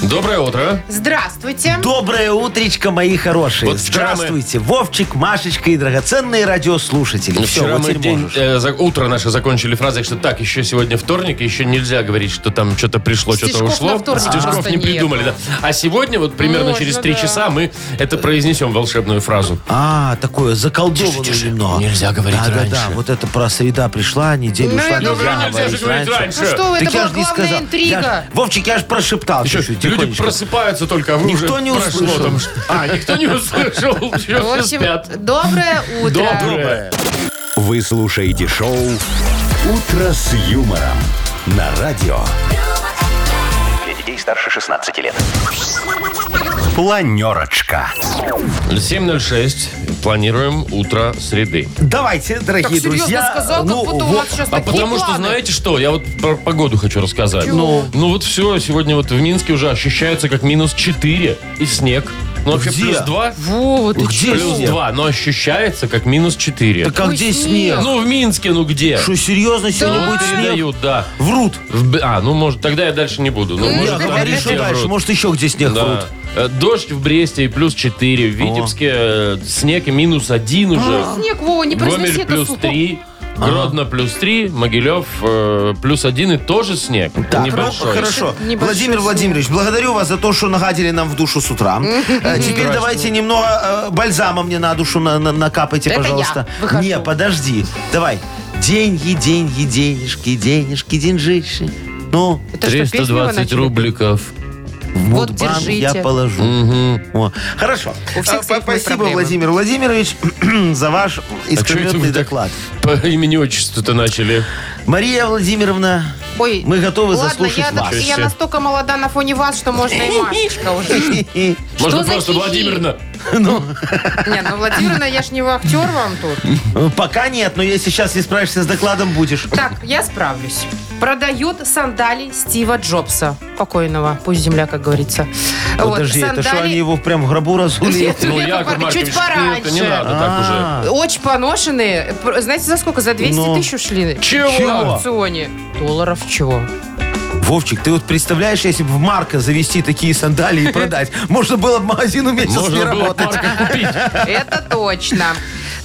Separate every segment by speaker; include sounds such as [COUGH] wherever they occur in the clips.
Speaker 1: Доброе утро.
Speaker 2: Здравствуйте.
Speaker 3: Доброе утречко, мои хорошие.
Speaker 1: Вот вчера мы-
Speaker 3: Здравствуйте, Вовчик, Машечка и драгоценные радиослушатели. Все,
Speaker 1: Ну, Вчера
Speaker 3: Ну, вот
Speaker 1: мы
Speaker 3: теперь
Speaker 1: день,
Speaker 3: можешь.
Speaker 1: э, за- утро наше закончили фразой, что так, еще сегодня вторник, и еще нельзя говорить, что там что-то пришло, что-то
Speaker 2: Стишков
Speaker 1: ушло.
Speaker 2: на вторник
Speaker 1: Стишков
Speaker 2: просто
Speaker 1: не
Speaker 2: нет.
Speaker 1: придумали. Да. А сегодня, вот примерно
Speaker 2: Можно,
Speaker 1: через три
Speaker 2: да.
Speaker 1: часа, мы это произнесем волшебную фразу.
Speaker 3: А, такое заколдованное
Speaker 1: Тише, тише.
Speaker 3: немного.
Speaker 1: Нельзя говорить
Speaker 3: да, Да,
Speaker 1: раньше.
Speaker 3: да, вот это про среда пришла, неделя
Speaker 2: Ну,
Speaker 3: ушла.
Speaker 2: я
Speaker 1: Ну,
Speaker 2: говорю,
Speaker 3: нельзя
Speaker 1: нельзя же
Speaker 3: говорить
Speaker 1: говорить
Speaker 3: раньше.
Speaker 1: раньше.
Speaker 2: Ну что вы, это
Speaker 3: Так я
Speaker 2: была
Speaker 3: ж не
Speaker 2: главная
Speaker 3: сказал.
Speaker 2: интрига.
Speaker 3: Я ж- Вовчик, я же прошептал
Speaker 1: Еще
Speaker 3: чуть-чуть,
Speaker 1: люди
Speaker 3: тихонечко.
Speaker 1: просыпаются только, а вы
Speaker 3: Никто
Speaker 1: уже
Speaker 3: не
Speaker 1: прошло
Speaker 3: услышал.
Speaker 1: там что- А, никто не услышал. Еще
Speaker 2: В
Speaker 1: все
Speaker 2: общем,
Speaker 1: спят.
Speaker 2: доброе утро.
Speaker 1: Доброе.
Speaker 4: Вы слушаете шоу «Утро с юмором» на радио. Для детей старше 16 лет. Планерочка.
Speaker 1: 7.06. Планируем утро среды.
Speaker 3: Давайте,
Speaker 2: Так
Speaker 3: дорогие
Speaker 2: серьезно
Speaker 3: друзья.
Speaker 2: сказал, как
Speaker 3: ну,
Speaker 2: будто у
Speaker 3: вот-
Speaker 2: вас сейчас
Speaker 1: А
Speaker 2: такие
Speaker 1: потому что,
Speaker 2: планы.
Speaker 1: знаете что, я вот про погоду хочу рассказать. Ну, ну вот все, сегодня вот в Минске уже ощущается как минус 4 и снег. Ну вообще
Speaker 3: Где?
Speaker 1: плюс 2,
Speaker 2: Во, ты
Speaker 3: Где
Speaker 1: плюс
Speaker 3: снег?
Speaker 1: 2, но ощущается как минус 4.
Speaker 3: Так а
Speaker 2: Ой,
Speaker 3: где
Speaker 2: снег.
Speaker 3: снег?
Speaker 1: Ну в Минске, ну где?
Speaker 3: Что, серьезно, сегодня
Speaker 1: Ну,
Speaker 3: будет снег?
Speaker 1: передают, да.
Speaker 3: Врут.
Speaker 1: В Б- А, ну может, тогда я дальше не буду. Ну, может,
Speaker 3: Я
Speaker 1: там
Speaker 3: говорю,
Speaker 1: везде
Speaker 3: что дальше?
Speaker 1: врут.
Speaker 3: Может, еще где снег
Speaker 1: Да.
Speaker 3: врут?
Speaker 1: Э, Дождь в Бресте и плюс 4, в Витебске э, снег и минус 1 уже.
Speaker 3: А.
Speaker 2: Снег, Вова, не произнеси
Speaker 1: Гомель
Speaker 2: это
Speaker 1: плюс
Speaker 2: слух.
Speaker 1: 3, Гродно плюс 3, Могилев э, плюс 1 и тоже снег.
Speaker 3: Так,
Speaker 1: небольшой.
Speaker 3: ну, хорошо.
Speaker 2: Небольшой
Speaker 3: Владимир
Speaker 2: снег.
Speaker 3: Владимирович, благодарю вас за то, что нагадили нам в душу с утра. Э, Теперь давайте немного э, бальзама мне на душу на- на- накапайте,
Speaker 2: Это я
Speaker 3: пожалуйста.
Speaker 2: выхожу.
Speaker 3: Не, подожди. Давай. Деньги, деньги, денежки, денежки, деньжищи. Ну,
Speaker 2: Это что, песню вы
Speaker 1: 320
Speaker 2: начали?
Speaker 1: рубликов.
Speaker 3: в
Speaker 2: Вот,
Speaker 3: Мудбанк
Speaker 2: держите.
Speaker 3: я положу. О, Хорошо.
Speaker 2: У всех
Speaker 3: А,
Speaker 2: свои
Speaker 3: Спасибо,
Speaker 2: проблемы.
Speaker 3: Владимир Владимирович, [CLEARS THROAT] за ваш
Speaker 1: А чё это
Speaker 3: искрометный
Speaker 1: вы так
Speaker 3: доклад.
Speaker 1: По имени-отчеству-то начали.
Speaker 3: Мария Владимировна, [CLEARS THROAT]
Speaker 2: Ой,
Speaker 3: мы готовы
Speaker 2: ладно,
Speaker 3: заслушать
Speaker 2: я,
Speaker 3: вас.
Speaker 2: я настолько молода на фоне вас, что можно и Машечка
Speaker 3: [LAUGHS]
Speaker 2: уже.
Speaker 1: Можно
Speaker 2: за
Speaker 1: просто
Speaker 2: хихи?
Speaker 1: Владимирна.
Speaker 2: Не, ну, Владимировна, я ж не актер вам тут.
Speaker 3: Пока нет, но если сейчас не справишься с докладом, будешь.
Speaker 2: Так, я справлюсь. Продают сандали Стива Джобса. Покойного. Пусть земля, как говорится. Вот,
Speaker 3: Подожди, это что,
Speaker 2: сандали-
Speaker 3: они его прям в гробу
Speaker 2: [LAUGHS]
Speaker 3: разули?
Speaker 2: Нет,
Speaker 1: Ну,
Speaker 2: Яков
Speaker 1: Яков Маркович,
Speaker 2: Маркович, чуть
Speaker 1: мне это не
Speaker 2: пораньше.
Speaker 1: надо так
Speaker 3: А.
Speaker 2: Очень поношенные. Пр- Знаете, за сколько? За 200
Speaker 3: Ну.
Speaker 2: тысяч ушли.
Speaker 1: Чего?
Speaker 2: В аукционе. Долларов
Speaker 3: [LAUGHS]
Speaker 2: чего?
Speaker 3: Вовчик, ты вот представляешь, если бы в Марка завести такие сандалии и продать, можно было бы магазину
Speaker 1: уже.
Speaker 3: месяц не
Speaker 1: Можно было
Speaker 3: работать.
Speaker 1: парка купить.
Speaker 2: Это точно.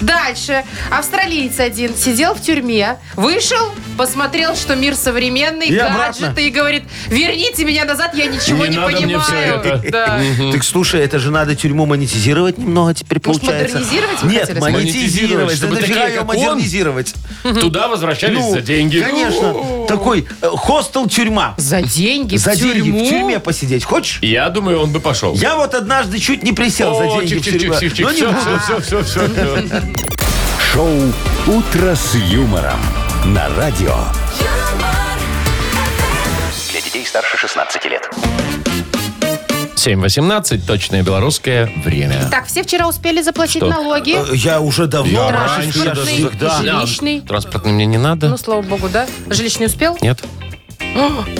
Speaker 2: Дальше. Австралиец один сидел в тюрьме, вышел, посмотрел, что мир современный,
Speaker 3: И
Speaker 2: гаджеты,
Speaker 3: обратно.
Speaker 2: и говорит, верните меня назад, я ничего
Speaker 1: Не
Speaker 2: не,
Speaker 1: надо мне
Speaker 2: понимаю.
Speaker 1: всё это.
Speaker 3: [LAUGHS]
Speaker 2: Да.
Speaker 3: Так слушай, это же надо тюрьму монетизировать немного теперь
Speaker 2: Может,
Speaker 3: получается.
Speaker 2: модернизировать вы хотели
Speaker 3: Нет,
Speaker 2: сказать?
Speaker 1: Монетизировать,
Speaker 3: монетизировать. Да
Speaker 1: чтобы
Speaker 3: нафига
Speaker 1: такие,
Speaker 3: ее
Speaker 1: как он,
Speaker 3: модернизировать? [LAUGHS]
Speaker 1: Туда возвращались за деньги.
Speaker 3: Ну, конечно. Такой э, хостел-тюрьма.
Speaker 2: За деньги
Speaker 3: За
Speaker 2: в
Speaker 3: деньги
Speaker 2: тюрьму?
Speaker 3: в тюрьме посидеть. Хочешь?
Speaker 1: Я думаю, он бы пошел.
Speaker 3: Я вот однажды чуть не присел за
Speaker 1: О,
Speaker 3: деньги в тюрьму.
Speaker 1: чик-чик-чик-чик-чик.
Speaker 3: Но не
Speaker 1: Все,
Speaker 3: буду.
Speaker 1: все, все, все, все.
Speaker 4: Шоу «Утро с юмором» на радио.
Speaker 5: юмор,
Speaker 6: Для детей старше 16 лет.
Speaker 1: 7.18, точное белорусское время.
Speaker 2: Так, ну, все вчера успели заплатить
Speaker 1: Что?
Speaker 2: налоги.
Speaker 3: Э, Я уже давно.
Speaker 2: раньше даже
Speaker 3: даже всегда.
Speaker 2: даже- Жилищный.
Speaker 1: Транспортный мне не
Speaker 2: Ну,
Speaker 3: э.
Speaker 1: надо.
Speaker 2: слава богу, да? Жилищный успел?
Speaker 1: Нет,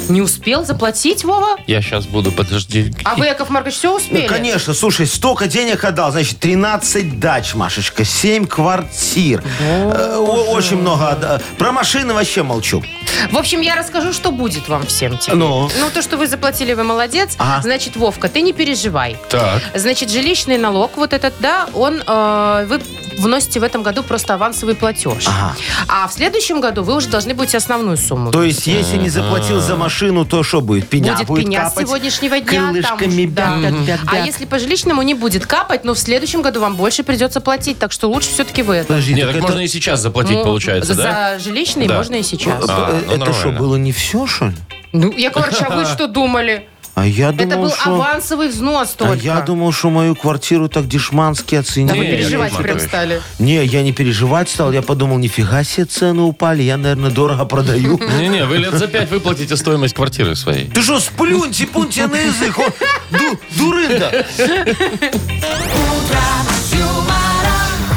Speaker 2: Не успел заплатить, Вова?
Speaker 1: я сейчас буду, подожди.
Speaker 2: А вы, Яков Маркович, все
Speaker 3: Ну,
Speaker 2: успели?
Speaker 3: конечно, слушай, столько денег отдал. Значит, 13 дач, Машечка, 7 квартир. Э, о- Очень много отдал. Про машины вообще молчу.
Speaker 2: В общем, я расскажу, что будет вам всем теперь.
Speaker 3: Ну.
Speaker 2: Ну, то, что вы заплатили, вы молодец.
Speaker 3: Ага.
Speaker 2: Значит, Вовка, ты не переживай.
Speaker 1: Так.
Speaker 2: Значит, жилищный налог, вот этот, да, он, э, вы вносите в этом году просто авансовый платеж.
Speaker 3: Ага.
Speaker 2: А в следующем году вы уже должны будете основную сумму.
Speaker 3: То есть, если не заплатил за машину, то что будет? Пеня
Speaker 2: будет,
Speaker 3: будет
Speaker 2: пеня с
Speaker 3: капать?
Speaker 2: сегодняшнего дня. там
Speaker 3: крылышками
Speaker 2: уж, да. А
Speaker 3: бяк-бяк-бяк-бяк.
Speaker 2: если по жилищному не будет капать, но в следующем году вам больше придется платить, так что лучше все-таки вы это.
Speaker 3: Подожди,
Speaker 1: Нет,
Speaker 3: так
Speaker 1: так
Speaker 3: это-
Speaker 1: можно и сейчас заплатить,
Speaker 2: Ну,
Speaker 1: получается,
Speaker 2: за
Speaker 1: да?
Speaker 2: жилищный
Speaker 1: Да.
Speaker 2: можно и сейчас.
Speaker 1: А, ну,
Speaker 3: это что,
Speaker 1: нормально.
Speaker 3: было не все, что ли?
Speaker 2: Ну, Яков Маркович,
Speaker 3: [LAUGHS]
Speaker 2: а вы что думали?
Speaker 3: А я думал,
Speaker 2: Это был
Speaker 3: что...
Speaker 2: авансовый взнос
Speaker 3: А
Speaker 2: только.
Speaker 3: я думал, что мою квартиру так дешмански
Speaker 2: Да
Speaker 3: оценили.
Speaker 2: вы
Speaker 1: Не,
Speaker 2: переживать
Speaker 1: Яков
Speaker 2: прям
Speaker 1: Маркович.
Speaker 2: стали.
Speaker 3: Не, я не переживать стал. Я подумал, нифига себе цены упали. Я, наверное,
Speaker 2: [LAUGHS]
Speaker 3: дорого продаю.
Speaker 1: Не-не, вы лет за пять выплатите стоимость квартиры своей.
Speaker 3: Ты что, сплюньте, пуньте на язык. о, ду- дурында.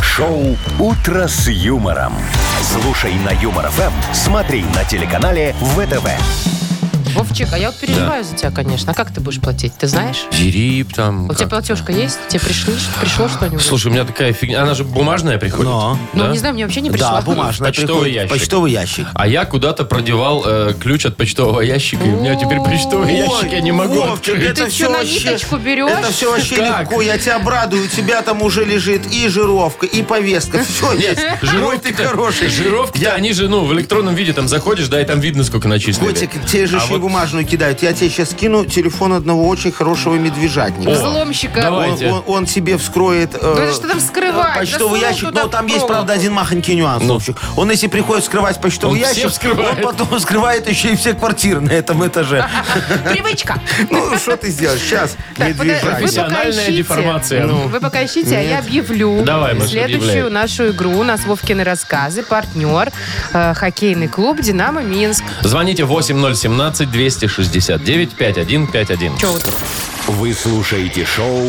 Speaker 4: Шоу «Утро с юмором». Слушай на Юмор ФМ, смотри на телеканале ВТВ.
Speaker 2: Вовчик, а я вот переживаю за тебя, конечно. А как ты будешь платить, ты знаешь?
Speaker 1: Зерип там.
Speaker 2: У тебя
Speaker 1: как-то.
Speaker 2: платежка есть? Тебе пришли, пришло что-нибудь?
Speaker 1: Слушай, у меня такая фигня. Она же бумажная приходит.
Speaker 3: Но.
Speaker 2: ну,
Speaker 1: да?
Speaker 2: не знаю, мне вообще не пришло.
Speaker 3: Да, бумажная.
Speaker 1: Почтовый
Speaker 3: приходит.
Speaker 1: ящик.
Speaker 3: Почтовый ящик.
Speaker 1: А я куда-то продевал э, ключ от почтового ящика, и у меня теперь почтовый ящик я не могу
Speaker 3: Вовчик,
Speaker 1: открыть.
Speaker 3: это
Speaker 2: Ты
Speaker 3: все
Speaker 2: чё, на
Speaker 3: вообще-
Speaker 2: ниточку берешь?
Speaker 3: Это все вообще
Speaker 1: Как?
Speaker 3: легко. Я тебя обрадую. У тебя там уже лежит и жировка,
Speaker 1: [LAUGHS]
Speaker 3: и повестка. Все есть. Ой, ты хороший.
Speaker 1: Жировки,
Speaker 3: Я-
Speaker 1: они же, ну, в электронном виде там заходишь, да, и там видно, сколько начислили.
Speaker 3: Котик, те же
Speaker 1: А
Speaker 3: еще
Speaker 1: вот-
Speaker 3: и бумажную кидают. Я тебе сейчас скину телефон одного очень хорошего медвежатника.
Speaker 1: О,
Speaker 2: Взломщика.
Speaker 1: давай.
Speaker 3: Он,
Speaker 1: Давайте.
Speaker 3: он- он тебе вскроет э,
Speaker 2: Да Ну, это что там скрывать?
Speaker 3: почтовый
Speaker 2: Засунул
Speaker 3: ящик.
Speaker 2: туда
Speaker 3: Но там есть, правда,
Speaker 2: проволоку.
Speaker 3: один махонький нюанс.
Speaker 1: Ну.
Speaker 3: Вовчик. Он, если приходит вскрывать почтовый
Speaker 1: Он все
Speaker 3: ящик,
Speaker 1: вскрывает.
Speaker 3: он потом вскрывает еще и все квартиры на этом
Speaker 2: [LAUGHS]
Speaker 3: этаже.
Speaker 2: Привычка.
Speaker 3: Ну, что ты сделаешь? Сейчас,
Speaker 2: Так, пода- вы
Speaker 3: медвежатник.
Speaker 2: пока
Speaker 1: Профессиональная
Speaker 2: ищите.
Speaker 1: деформация.
Speaker 2: Ну, Вы пока ищите, а я объявлю
Speaker 1: Давай, Маша,
Speaker 2: следующую
Speaker 1: объявляй.
Speaker 2: нашу игру. У нас Вовкины рассказы, партнер, э, хоккейный клуб «Динамо Минск».
Speaker 1: Звоните 8017-269-5151.
Speaker 2: Че вот
Speaker 4: Вы слушаете шоу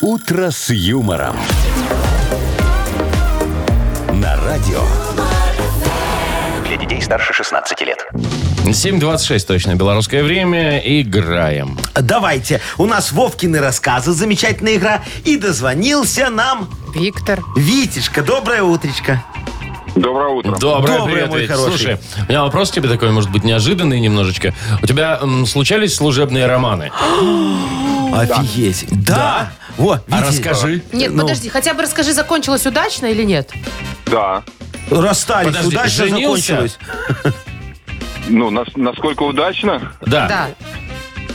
Speaker 4: «Утро с юмором». На радио.
Speaker 6: Для детей старше 16 лет.
Speaker 1: 7.26 точно, белорусское время. Играем.
Speaker 3: Давайте. У нас Вовкины рассказы, замечательная игра. И дозвонился нам
Speaker 2: Виктор.
Speaker 3: Витечка. Доброе утречко.
Speaker 5: Доброе утро.
Speaker 1: Доброе,
Speaker 3: Доброе,
Speaker 1: привет,
Speaker 3: мой
Speaker 1: Вить.
Speaker 3: хороший.
Speaker 1: Слушай, у меня вопрос тебе такой, может быть, неожиданный немножечко. У тебя м, случались служебные романы?
Speaker 3: Офигеть. Да. Вот,
Speaker 1: А
Speaker 3: видите,
Speaker 1: расскажи.
Speaker 2: Нет,
Speaker 3: Ну.
Speaker 2: подожди, хотя бы расскажи, закончилось удачно или нет?
Speaker 5: Да.
Speaker 3: Расстались,
Speaker 1: Подожди,
Speaker 3: удачно
Speaker 1: женился?
Speaker 3: закончилось.
Speaker 5: Ну, нас- насколько удачно?
Speaker 1: Да.
Speaker 2: Да.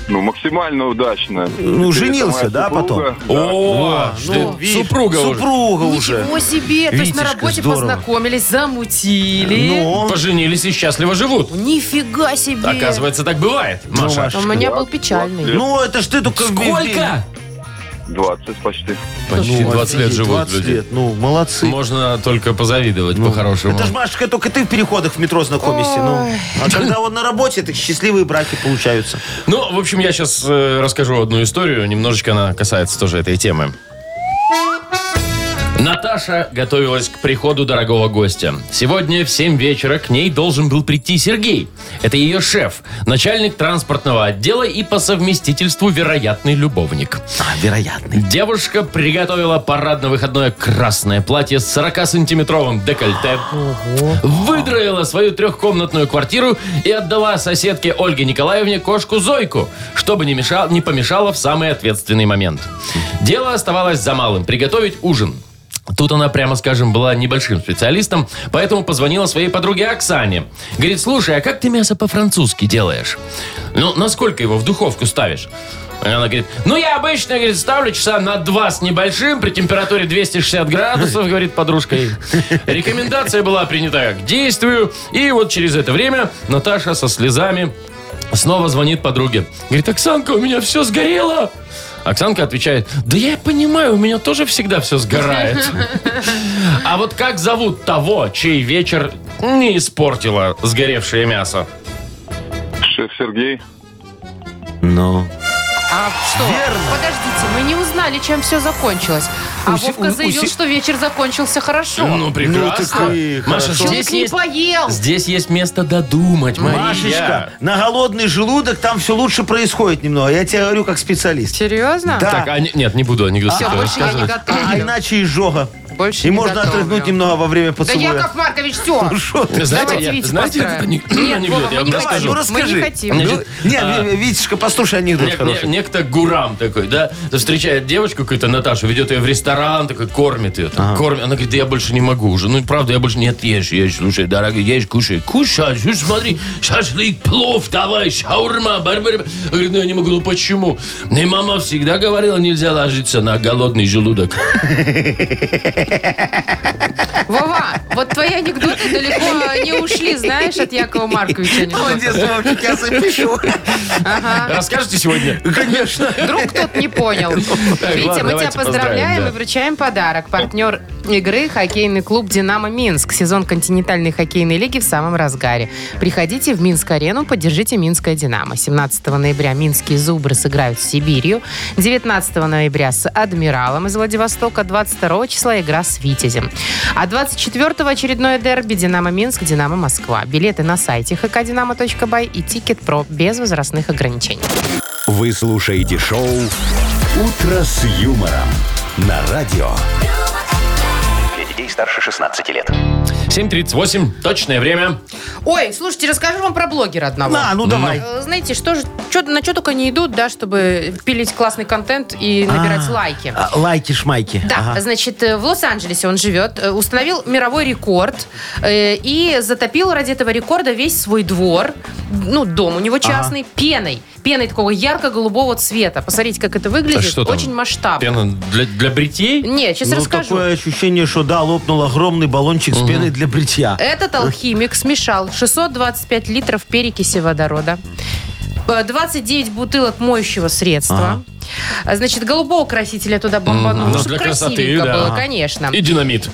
Speaker 5: Ну, максимально удачно.
Speaker 3: Ну,
Speaker 5: Теперь это
Speaker 3: женился,
Speaker 5: моя
Speaker 3: да,
Speaker 5: супруга.
Speaker 1: О, ты
Speaker 3: Ну, видишь,
Speaker 1: супруга уже.
Speaker 3: Супруга Ну, уже.
Speaker 2: Ничего себе! То есть на
Speaker 3: Витечка,
Speaker 2: работе
Speaker 3: здорово.
Speaker 2: познакомились, замутили.
Speaker 3: Ну,
Speaker 1: Поженились и счастливо живут.
Speaker 2: Нифига себе!
Speaker 1: Оказывается, так бывает, Маша.
Speaker 3: Маш,
Speaker 2: У меня был печальный.
Speaker 3: ну, это ж Ну, ты только...
Speaker 1: Сколько?
Speaker 5: 20 почти.
Speaker 1: Почти
Speaker 3: Ну,
Speaker 1: 20 лет
Speaker 3: офигеть,
Speaker 1: живут
Speaker 3: 20
Speaker 1: люди.
Speaker 3: лет, ну, молодцы.
Speaker 1: Можно только позавидовать по-хорошему.
Speaker 3: Это ж, Машечка, только ты в переходах в метро знакомишься. Ну. А когда он на работе, так счастливые браки получаются.
Speaker 1: Ну, в общем, я сейчас расскажу одну историю. Немножечко она касается тоже этой темы. Наташа готовилась к приходу дорогого гостя. Сегодня в 7 вечера к ней должен был прийти Сергей. Это ее шеф, начальник транспортного отдела и по совместительству вероятный любовник.
Speaker 3: А, вероятно.
Speaker 1: Девушка приготовила парадно-выходное красное платье с 40-сантиметровым декольте, выдроила свою трехкомнатную квартиру и отдала соседке Ольге Николаевне кошку Зойку, чтобы не, мешал, не помешало в самый ответственный момент. Дело оставалось за малым – приготовить ужин. Тут она, прямо скажем, была небольшим специалистом, поэтому позвонила своей подруге Оксане. Говорит, слушай, а как ты мясо по-французски делаешь? Ну, насколько его в духовку ставишь? И Она говорит, ну я обычно, говорит, ставлю часа на два с небольшим при температуре 260 градусов, говорит подружка. ей. Рекомендация была принята к действию, и вот через это время Наташа со слезами снова звонит подруге. Говорит, Оксанка, у меня все сгорело. Оксанка отвечает, да я понимаю, у меня тоже всегда все сгорает. А вот как зовут того, чей вечер не испортило сгоревшее мясо?
Speaker 5: Шеф Сергей.
Speaker 3: Ну.
Speaker 2: А что? Подождите, мы не узнали, чем все закончилось. А
Speaker 3: У Се-
Speaker 2: Вовка
Speaker 3: у- у
Speaker 2: заявил,
Speaker 3: Се-
Speaker 2: что вечер закончился хорошо.
Speaker 1: Ну, прекрасно.
Speaker 3: Ну, так и
Speaker 1: Маша,
Speaker 3: хорошо.
Speaker 1: здесь
Speaker 2: Человек не
Speaker 1: есть,
Speaker 2: поел.
Speaker 1: здесь есть место додумать, Мария.
Speaker 3: Машечка, на голодный желудок там все лучше происходит немного. Я тебе говорю как специалист.
Speaker 2: Серьезно?
Speaker 3: Да.
Speaker 1: Так, а не- нет, не буду анекдот
Speaker 2: Все,
Speaker 1: этого
Speaker 2: больше я не
Speaker 1: рассказывать.
Speaker 3: А
Speaker 2: готовлю.
Speaker 3: иначе и жога.
Speaker 2: Больше
Speaker 3: И
Speaker 2: не
Speaker 3: можно
Speaker 2: готовлю.
Speaker 3: отрыгнуть немного во время
Speaker 2: Да
Speaker 3: поцелуя. Ну,
Speaker 2: Яков Маркович,
Speaker 3: [LAUGHS]
Speaker 2: все.
Speaker 3: Шо ты?
Speaker 1: Знаете,
Speaker 2: Давайте
Speaker 1: я-
Speaker 2: Витю
Speaker 1: знаете этот
Speaker 2: поздравим.
Speaker 1: анек-
Speaker 2: Нет,
Speaker 1: анекдот?
Speaker 2: Вова,
Speaker 1: Я
Speaker 2: мы
Speaker 1: вам
Speaker 2: не
Speaker 3: Давай,
Speaker 1: расскажу.
Speaker 3: ну
Speaker 2: Мы
Speaker 3: расскажи.
Speaker 2: не хотим.
Speaker 3: Ну,
Speaker 1: Значит,
Speaker 3: не,
Speaker 1: а-
Speaker 3: Ви- Витечка, послушай анекдот
Speaker 1: Нек-
Speaker 3: хороший.
Speaker 1: не- некто Гурам такой, да, встречает девочку какую-то, Наташу, ведет ее в ресторан, такой кормит ее. там, кормит. Она говорит, да я больше не могу уже. Ну, и правда, я больше нет, ешь, ешь, слушай, дорогая, ешь, кушай. Кушай, слушай, смотри, шашлык, плов, давай, шаурма, барбар. бар». Она Говорит, ну я не могу, ну почему? Мне мама всегда говорила, нельзя ложиться на голодный желудок.
Speaker 2: Вова, вот твои анекдоты далеко не ушли, знаешь, от Якова Марковича. анекдоты.
Speaker 3: Молодец, Вовчик,
Speaker 1: [LAUGHS]
Speaker 3: я запишу.
Speaker 2: Ага.
Speaker 1: Расскажете сегодня?
Speaker 3: Конечно.
Speaker 2: Вдруг кто-то не понял. Витя,
Speaker 1: [LAUGHS] Ну, ладно,
Speaker 2: мы тебя
Speaker 1: давайте поздравим,
Speaker 2: поздравляем
Speaker 1: да.
Speaker 2: и вручаем подарок. Партнер игры хоккейный клуб «Динамо Минск». Сезон континентальной хоккейной лиги в самом разгаре. Приходите в Минск-арену, поддержите «Минское Динамо». 17 ноября минские «Зубры» сыграют с Сибирью. 19 ноября с «Адмиралом» из Владивостока. 22 числа игра с «Витязем». А 24 очередное дерби «Динамо Минск», «Динамо Москва». Билеты на сайте hkdinamo.by и «Тикет Про» без возрастных ограничений.
Speaker 4: Вы слушаете шоу «Утро с юмором» на радио.
Speaker 6: Для детей старше 16 лет.
Speaker 1: 7.38, точное время.
Speaker 2: Ой, слушайте, расскажу вам про блогера одного.
Speaker 3: На, ну давай.
Speaker 2: Э, Знаете, что же, чё- на что только не идут, да, чтобы пилить классный контент и набирать
Speaker 3: А,
Speaker 2: лайки.
Speaker 3: а, Лайки-шмайки.
Speaker 2: Да,
Speaker 3: Ага.
Speaker 2: значит, э, в Лос-Анджелесе он живет, э, установил мировой рекорд э, и затопил ради этого рекорда весь свой двор, ну, дом у него частный, пеной. Пеной такого ярко-голубого цвета. Посмотрите, как это выглядит.
Speaker 1: что там?
Speaker 2: Очень масштабно.
Speaker 1: Пена для, для бритьей?
Speaker 2: Не, сейчас
Speaker 3: ну,
Speaker 2: расскажу.
Speaker 3: такое ощущение, что да, лопнул огромный баллончик с пеной для бритья.
Speaker 2: Этот алхимик смешал 625 литров перекиси водорода, э, 29 бутылок моющего средства, а, значит, голубого красителя туда бомбанул,
Speaker 1: Ну,
Speaker 2: чтобы
Speaker 1: для красоты,
Speaker 2: красивенько
Speaker 1: да.
Speaker 2: было,
Speaker 1: Ага.
Speaker 2: конечно.
Speaker 1: И
Speaker 2: И...
Speaker 1: динамит.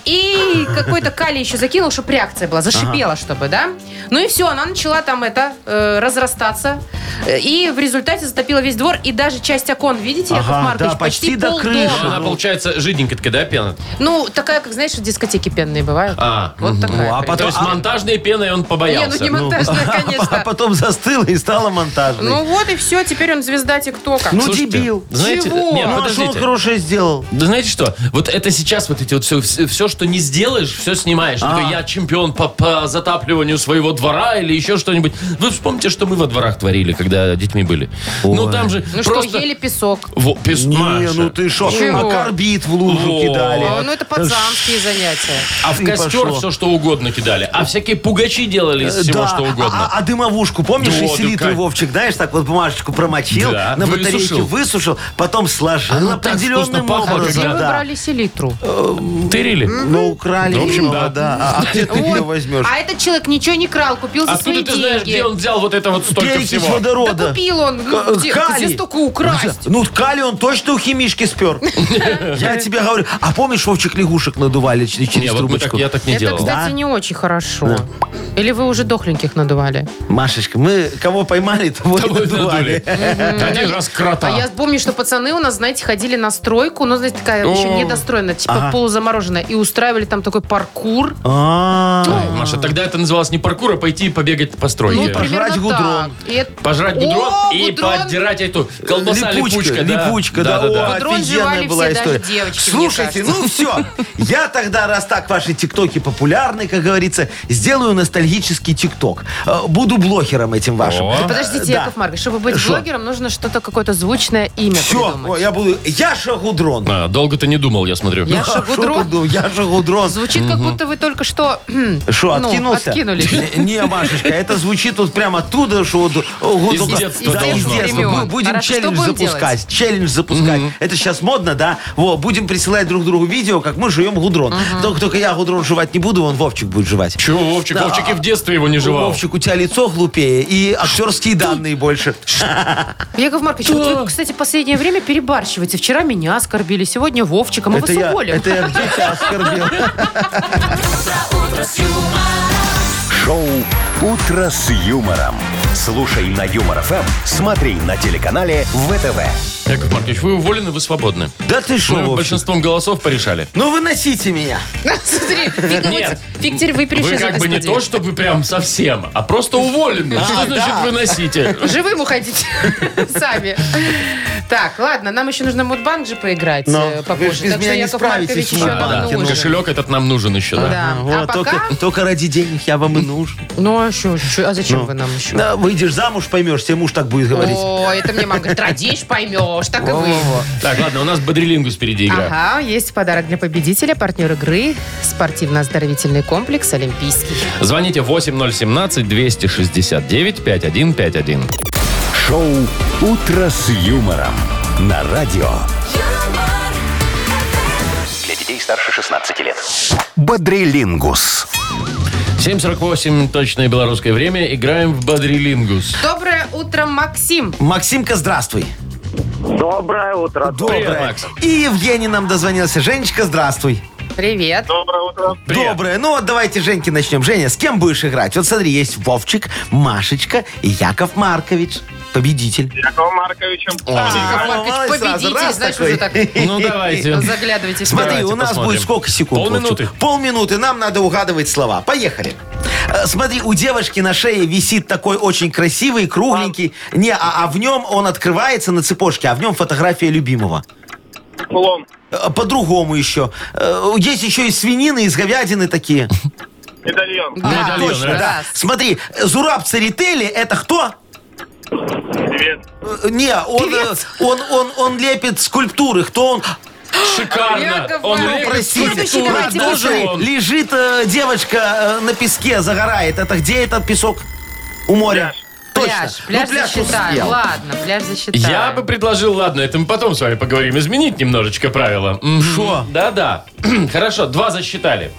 Speaker 2: какой-то калий еще закинул, чтобы реакция была, зашипела, чтобы, да? Ну и все, она начала там это э, разрастаться. Э, И в результате затопила весь двор, и даже часть окон, видите, Яков
Speaker 3: Ага,
Speaker 2: Маркович,
Speaker 3: да,
Speaker 2: почти,
Speaker 3: почти до
Speaker 2: полдома.
Speaker 3: крыши.
Speaker 1: Она,
Speaker 3: Ну.
Speaker 1: получается, жиденькая такая, да, пена?
Speaker 2: Ну, такая, как знаешь, в дискотеке пенные бывают.
Speaker 1: А,
Speaker 2: вот такая.
Speaker 3: Ну,
Speaker 2: примерно.
Speaker 3: а
Speaker 1: То
Speaker 3: потом,
Speaker 1: есть монтажной пеной он
Speaker 2: Не,
Speaker 1: побоялся.
Speaker 2: ну не монтажная, конечно.
Speaker 3: [LAUGHS] а потом застыла и стала монтажной.
Speaker 2: Ну вот и все, теперь он звезда ТикТока.
Speaker 3: Ну,
Speaker 1: Слушайте,
Speaker 3: дебил.
Speaker 1: Знаете,
Speaker 2: Чего?
Speaker 1: не,
Speaker 3: Ну, а что он
Speaker 1: подождите.
Speaker 3: хорошее сделал?
Speaker 1: Да знаете что? Вот это сейчас вот эти вот все, все что не сделаешь, все снимаешь. Такой,
Speaker 2: А.
Speaker 1: я чемпион по, по затапливанию своего двора или еще что-нибудь. Вы вспомните, что мы во дворах творили, когда детьми были. Ну там же
Speaker 2: Ну
Speaker 1: просто...
Speaker 2: что, ели песок.
Speaker 1: Во, пес-
Speaker 3: Не,
Speaker 1: Маша.
Speaker 3: ну ты шо,
Speaker 2: Чего?
Speaker 3: а карбид в лужу
Speaker 1: Во.
Speaker 3: кидали.
Speaker 2: А, Ну это пацанские занятия.
Speaker 1: А в
Speaker 3: И
Speaker 1: костер
Speaker 3: пошло. Э,
Speaker 1: все что угодно кидали. А всякие пугачи делали из всего
Speaker 3: Да,
Speaker 1: что угодно.
Speaker 3: А, а дымовушку, помнишь,
Speaker 1: Да,
Speaker 3: из селитры,
Speaker 1: да,
Speaker 3: Вовчик, знаешь, так вот бумажечку промочил,
Speaker 1: Да.
Speaker 3: на батарейке
Speaker 1: Высушил.
Speaker 3: высушил, потом сложил
Speaker 1: Оно так вкусно
Speaker 3: определенным
Speaker 1: пахло,
Speaker 3: образом.
Speaker 2: Где
Speaker 1: когда-
Speaker 2: вы
Speaker 3: да.
Speaker 2: брали селитру?
Speaker 1: Тырили?
Speaker 3: Ну, украли.
Speaker 1: В общем,
Speaker 3: его,
Speaker 1: да.
Speaker 3: А, а где ты ее
Speaker 2: Вот.
Speaker 3: возьмешь?
Speaker 2: А этот человек ничего не крал, купил за свои
Speaker 1: Откуда ты знаешь, где
Speaker 2: деньги.
Speaker 1: он взял вот это вот столько
Speaker 3: Перекись
Speaker 1: всего?
Speaker 2: Да
Speaker 3: водорода.
Speaker 2: купил он.
Speaker 3: К-
Speaker 2: Ну, где,
Speaker 3: калий.
Speaker 2: где столько украсть?
Speaker 3: Ну, калий он точно у
Speaker 2: [LAUGHS]
Speaker 3: химишки спер. Я тебе говорю. А помнишь, Вовчик, лягушек надували ч-
Speaker 1: Не,
Speaker 3: через
Speaker 1: вот мы так,
Speaker 3: трубочку?
Speaker 1: я так не
Speaker 2: Это,
Speaker 1: делал.
Speaker 2: кстати,
Speaker 3: Да.
Speaker 2: не очень хорошо. Или вы уже дохленьких надували?
Speaker 3: Машечка, мы кого поймали, того и
Speaker 1: Тобой надули.
Speaker 3: надували.
Speaker 1: Один раз крота.
Speaker 2: А я помню, что пацаны у нас, знаете, ходили на стройку, ну, знаете, такая еще
Speaker 1: О.
Speaker 2: недостроенная, типа
Speaker 3: Ага.
Speaker 2: полузамороженная, и устраивали там такой паркур.
Speaker 3: А,
Speaker 1: Ой, Маша, тогда это называлось не паркур, а пойти и побегать по стройке.
Speaker 2: Ну,
Speaker 3: пожрать
Speaker 2: примерно
Speaker 3: гудрон.
Speaker 2: так. И это-
Speaker 1: Пожрать
Speaker 2: О,
Speaker 1: гудрон и
Speaker 2: гудрон.
Speaker 1: поддирать эту колбаса липучка. да.
Speaker 3: липучка, да,
Speaker 1: Да-да-да.
Speaker 3: о,
Speaker 2: Гудрон жевали
Speaker 3: офигенная была
Speaker 2: все, даже
Speaker 3: история.
Speaker 2: девочки, мне
Speaker 3: Слушайте, ну все, я тогда, раз так ваши тиктоки популярны, как говорится, сделаю ностальгический тикток. Э, Буду блогером этим вашим.
Speaker 1: О.
Speaker 2: Подождите,
Speaker 3: А? Да.
Speaker 2: Яков Маркович, чтобы быть
Speaker 3: Шо?
Speaker 2: блогером, нужно что-то, какое-то звучное имя
Speaker 3: Все,
Speaker 2: придумать.
Speaker 3: я буду... Яша Гудрон.
Speaker 1: А, долго ты не думал, я смотрю.
Speaker 2: Я- Яша
Speaker 3: А Шо тут
Speaker 2: Гудрон?
Speaker 3: думал, Яша Гудрон.
Speaker 2: Звучит, как будто вы только что... [CLEARS THROAT]
Speaker 3: Что,
Speaker 2: ну,
Speaker 3: откинулся? [LAUGHS]
Speaker 2: откинулись.
Speaker 3: Не, не, Машечка, это звучит вот прямо оттуда, что вот, о, вот
Speaker 1: Из
Speaker 3: вот-
Speaker 1: детства
Speaker 3: да, из
Speaker 1: должно.
Speaker 3: детства.
Speaker 2: Времен.
Speaker 3: Мы будем
Speaker 2: Хорошо, что
Speaker 3: челлендж
Speaker 2: будем
Speaker 3: запускать. Челлендж запускать. Это сейчас модно, да? Во, будем присылать друг другу видео, как мы жуем гудрон. Только, только я гудрон жевать не буду, он Вовчик будет жевать.
Speaker 1: Чего, Вовчик?
Speaker 3: Да.
Speaker 1: Вовчик и в детстве его не жевал.
Speaker 3: Вовчик, у тебя лицо глупее и актерские данные больше.
Speaker 2: Яков Маркович, вот вы, кстати, в последнее время перебарщиваете. Вчера меня оскорбили, сегодня Вовчика. Мы
Speaker 3: это,
Speaker 2: вас
Speaker 3: я,
Speaker 2: уволим.
Speaker 3: это я где тебя оскорбил?
Speaker 4: Шоу «Утро с юмором». Слушай на Юмор ФМ, смотри на телеканале ВТВ.
Speaker 1: Яков Маркович, вы уволены, вы свободны.
Speaker 3: Да ты
Speaker 1: Мы
Speaker 3: что, Вовчик?
Speaker 1: большинством голосов порешали.
Speaker 3: Ну выносите меня.
Speaker 2: [LAUGHS] Смотри, Фиг,
Speaker 1: Нет.
Speaker 2: вот, Фиг, теперь вы перешли
Speaker 1: Вы
Speaker 2: за
Speaker 1: как бы не
Speaker 2: господина.
Speaker 1: то, чтобы прям совсем, а просто уволены. Что значит выносите?
Speaker 2: Живым уходите [LAUGHS] сами. Так, ладно, нам еще нужно мудбанк же поиграть
Speaker 3: Но
Speaker 2: э,
Speaker 3: Ну, вы ж
Speaker 2: попозже.
Speaker 3: без
Speaker 2: Так что
Speaker 3: меня не
Speaker 2: Яков
Speaker 3: справитесь
Speaker 2: Маркович
Speaker 3: с
Speaker 2: еще
Speaker 3: мудбанком.
Speaker 2: нам
Speaker 3: Да,
Speaker 2: нужен.
Speaker 1: А, Кошелек этот нам нужен еще, да.
Speaker 2: Да.
Speaker 3: Вот,
Speaker 2: А пока...
Speaker 3: только, только ради денег я вам и нужен.
Speaker 2: Ну, а что, а зачем вы нам еще?
Speaker 3: Да, выйдешь замуж, поймешь, тебе муж так будет говорить.
Speaker 2: О, это мне мама говорит, родишь, поймешь, так и вы.
Speaker 1: Так, ладно, у нас бодрилингус впереди игра.
Speaker 2: Ага, есть подарок для победителя, партнер игры, спортивно-оздоровительный комплекс «Олимпийский».
Speaker 1: Звоните 8017-269-5151.
Speaker 4: Шоу «Утро с юмором» на радио.
Speaker 7: юмор,
Speaker 6: Для детей старше 16 лет.
Speaker 4: Бодрилингус.
Speaker 1: 7.48, точное белорусское время. Играем в бодрилингус.
Speaker 2: Доброе утро, Максим.
Speaker 3: Максимка, здравствуй.
Speaker 8: Доброе утро.
Speaker 3: Доброе.
Speaker 1: Привет, Макс.
Speaker 3: И Евгений нам дозвонился. Женечка, здравствуй.
Speaker 2: Привет.
Speaker 1: Привет.
Speaker 3: Доброе. Ну вот давайте, Женьки, начнем. Женя, с кем будешь играть? Вот смотри, есть Вовчик, Машечка и Яков Маркович. Победитель.
Speaker 7: Яковом Марковичем.
Speaker 2: Яков Маркович,
Speaker 3: Молодец, сразу
Speaker 2: победитель,
Speaker 3: раз
Speaker 2: знаешь,
Speaker 3: такой.
Speaker 2: уже так
Speaker 1: Ну,
Speaker 2: [LAUGHS]
Speaker 1: давайте.
Speaker 2: заглядывайте.
Speaker 3: Смотри,
Speaker 1: Давайте
Speaker 3: у нас
Speaker 1: посмотрим.
Speaker 3: будет сколько секунд?
Speaker 1: Полминуты.
Speaker 3: Вовчик? Полминуты. Нам надо угадывать слова. Поехали. Э, Смотри, у девочки на шее висит такой очень красивый, кругленький. Не, а, а в нем он открывается на цепочке, а в нем фотография любимого.
Speaker 7: Кулон.
Speaker 3: Э, По-другому еще. Э, Есть еще и свинины, из говядины такие.
Speaker 1: [LAUGHS]
Speaker 7: Медальон.
Speaker 2: Да,
Speaker 1: Медальон,
Speaker 2: точно,
Speaker 1: раз.
Speaker 2: да.
Speaker 3: Смотри, э, Зураб Царители это кто?
Speaker 7: Привет.
Speaker 3: Э, Не, он, э, он, он, он лепит скульптуры. Кто он?
Speaker 1: Шикарно.
Speaker 2: Яков
Speaker 1: Он
Speaker 2: Маркович,
Speaker 1: лепит
Speaker 2: следующий
Speaker 1: скульптуру.
Speaker 2: давайте,
Speaker 1: Кто же
Speaker 3: Слушай,
Speaker 1: он?
Speaker 3: лежит э, девочка э, на песке, загорает. Это где этот песок? У моря. Точно.
Speaker 2: Пляж, пляж
Speaker 3: ну, пляж
Speaker 2: засчитаем.
Speaker 3: успел.
Speaker 2: Ладно, пляж засчитаем.
Speaker 1: Я бы предложил, ладно, это мы потом с вами поговорим, изменить немножечко правила. Мгм.
Speaker 3: Шо?
Speaker 1: Да-да. [CLEARS THROAT] Хорошо, два засчитали.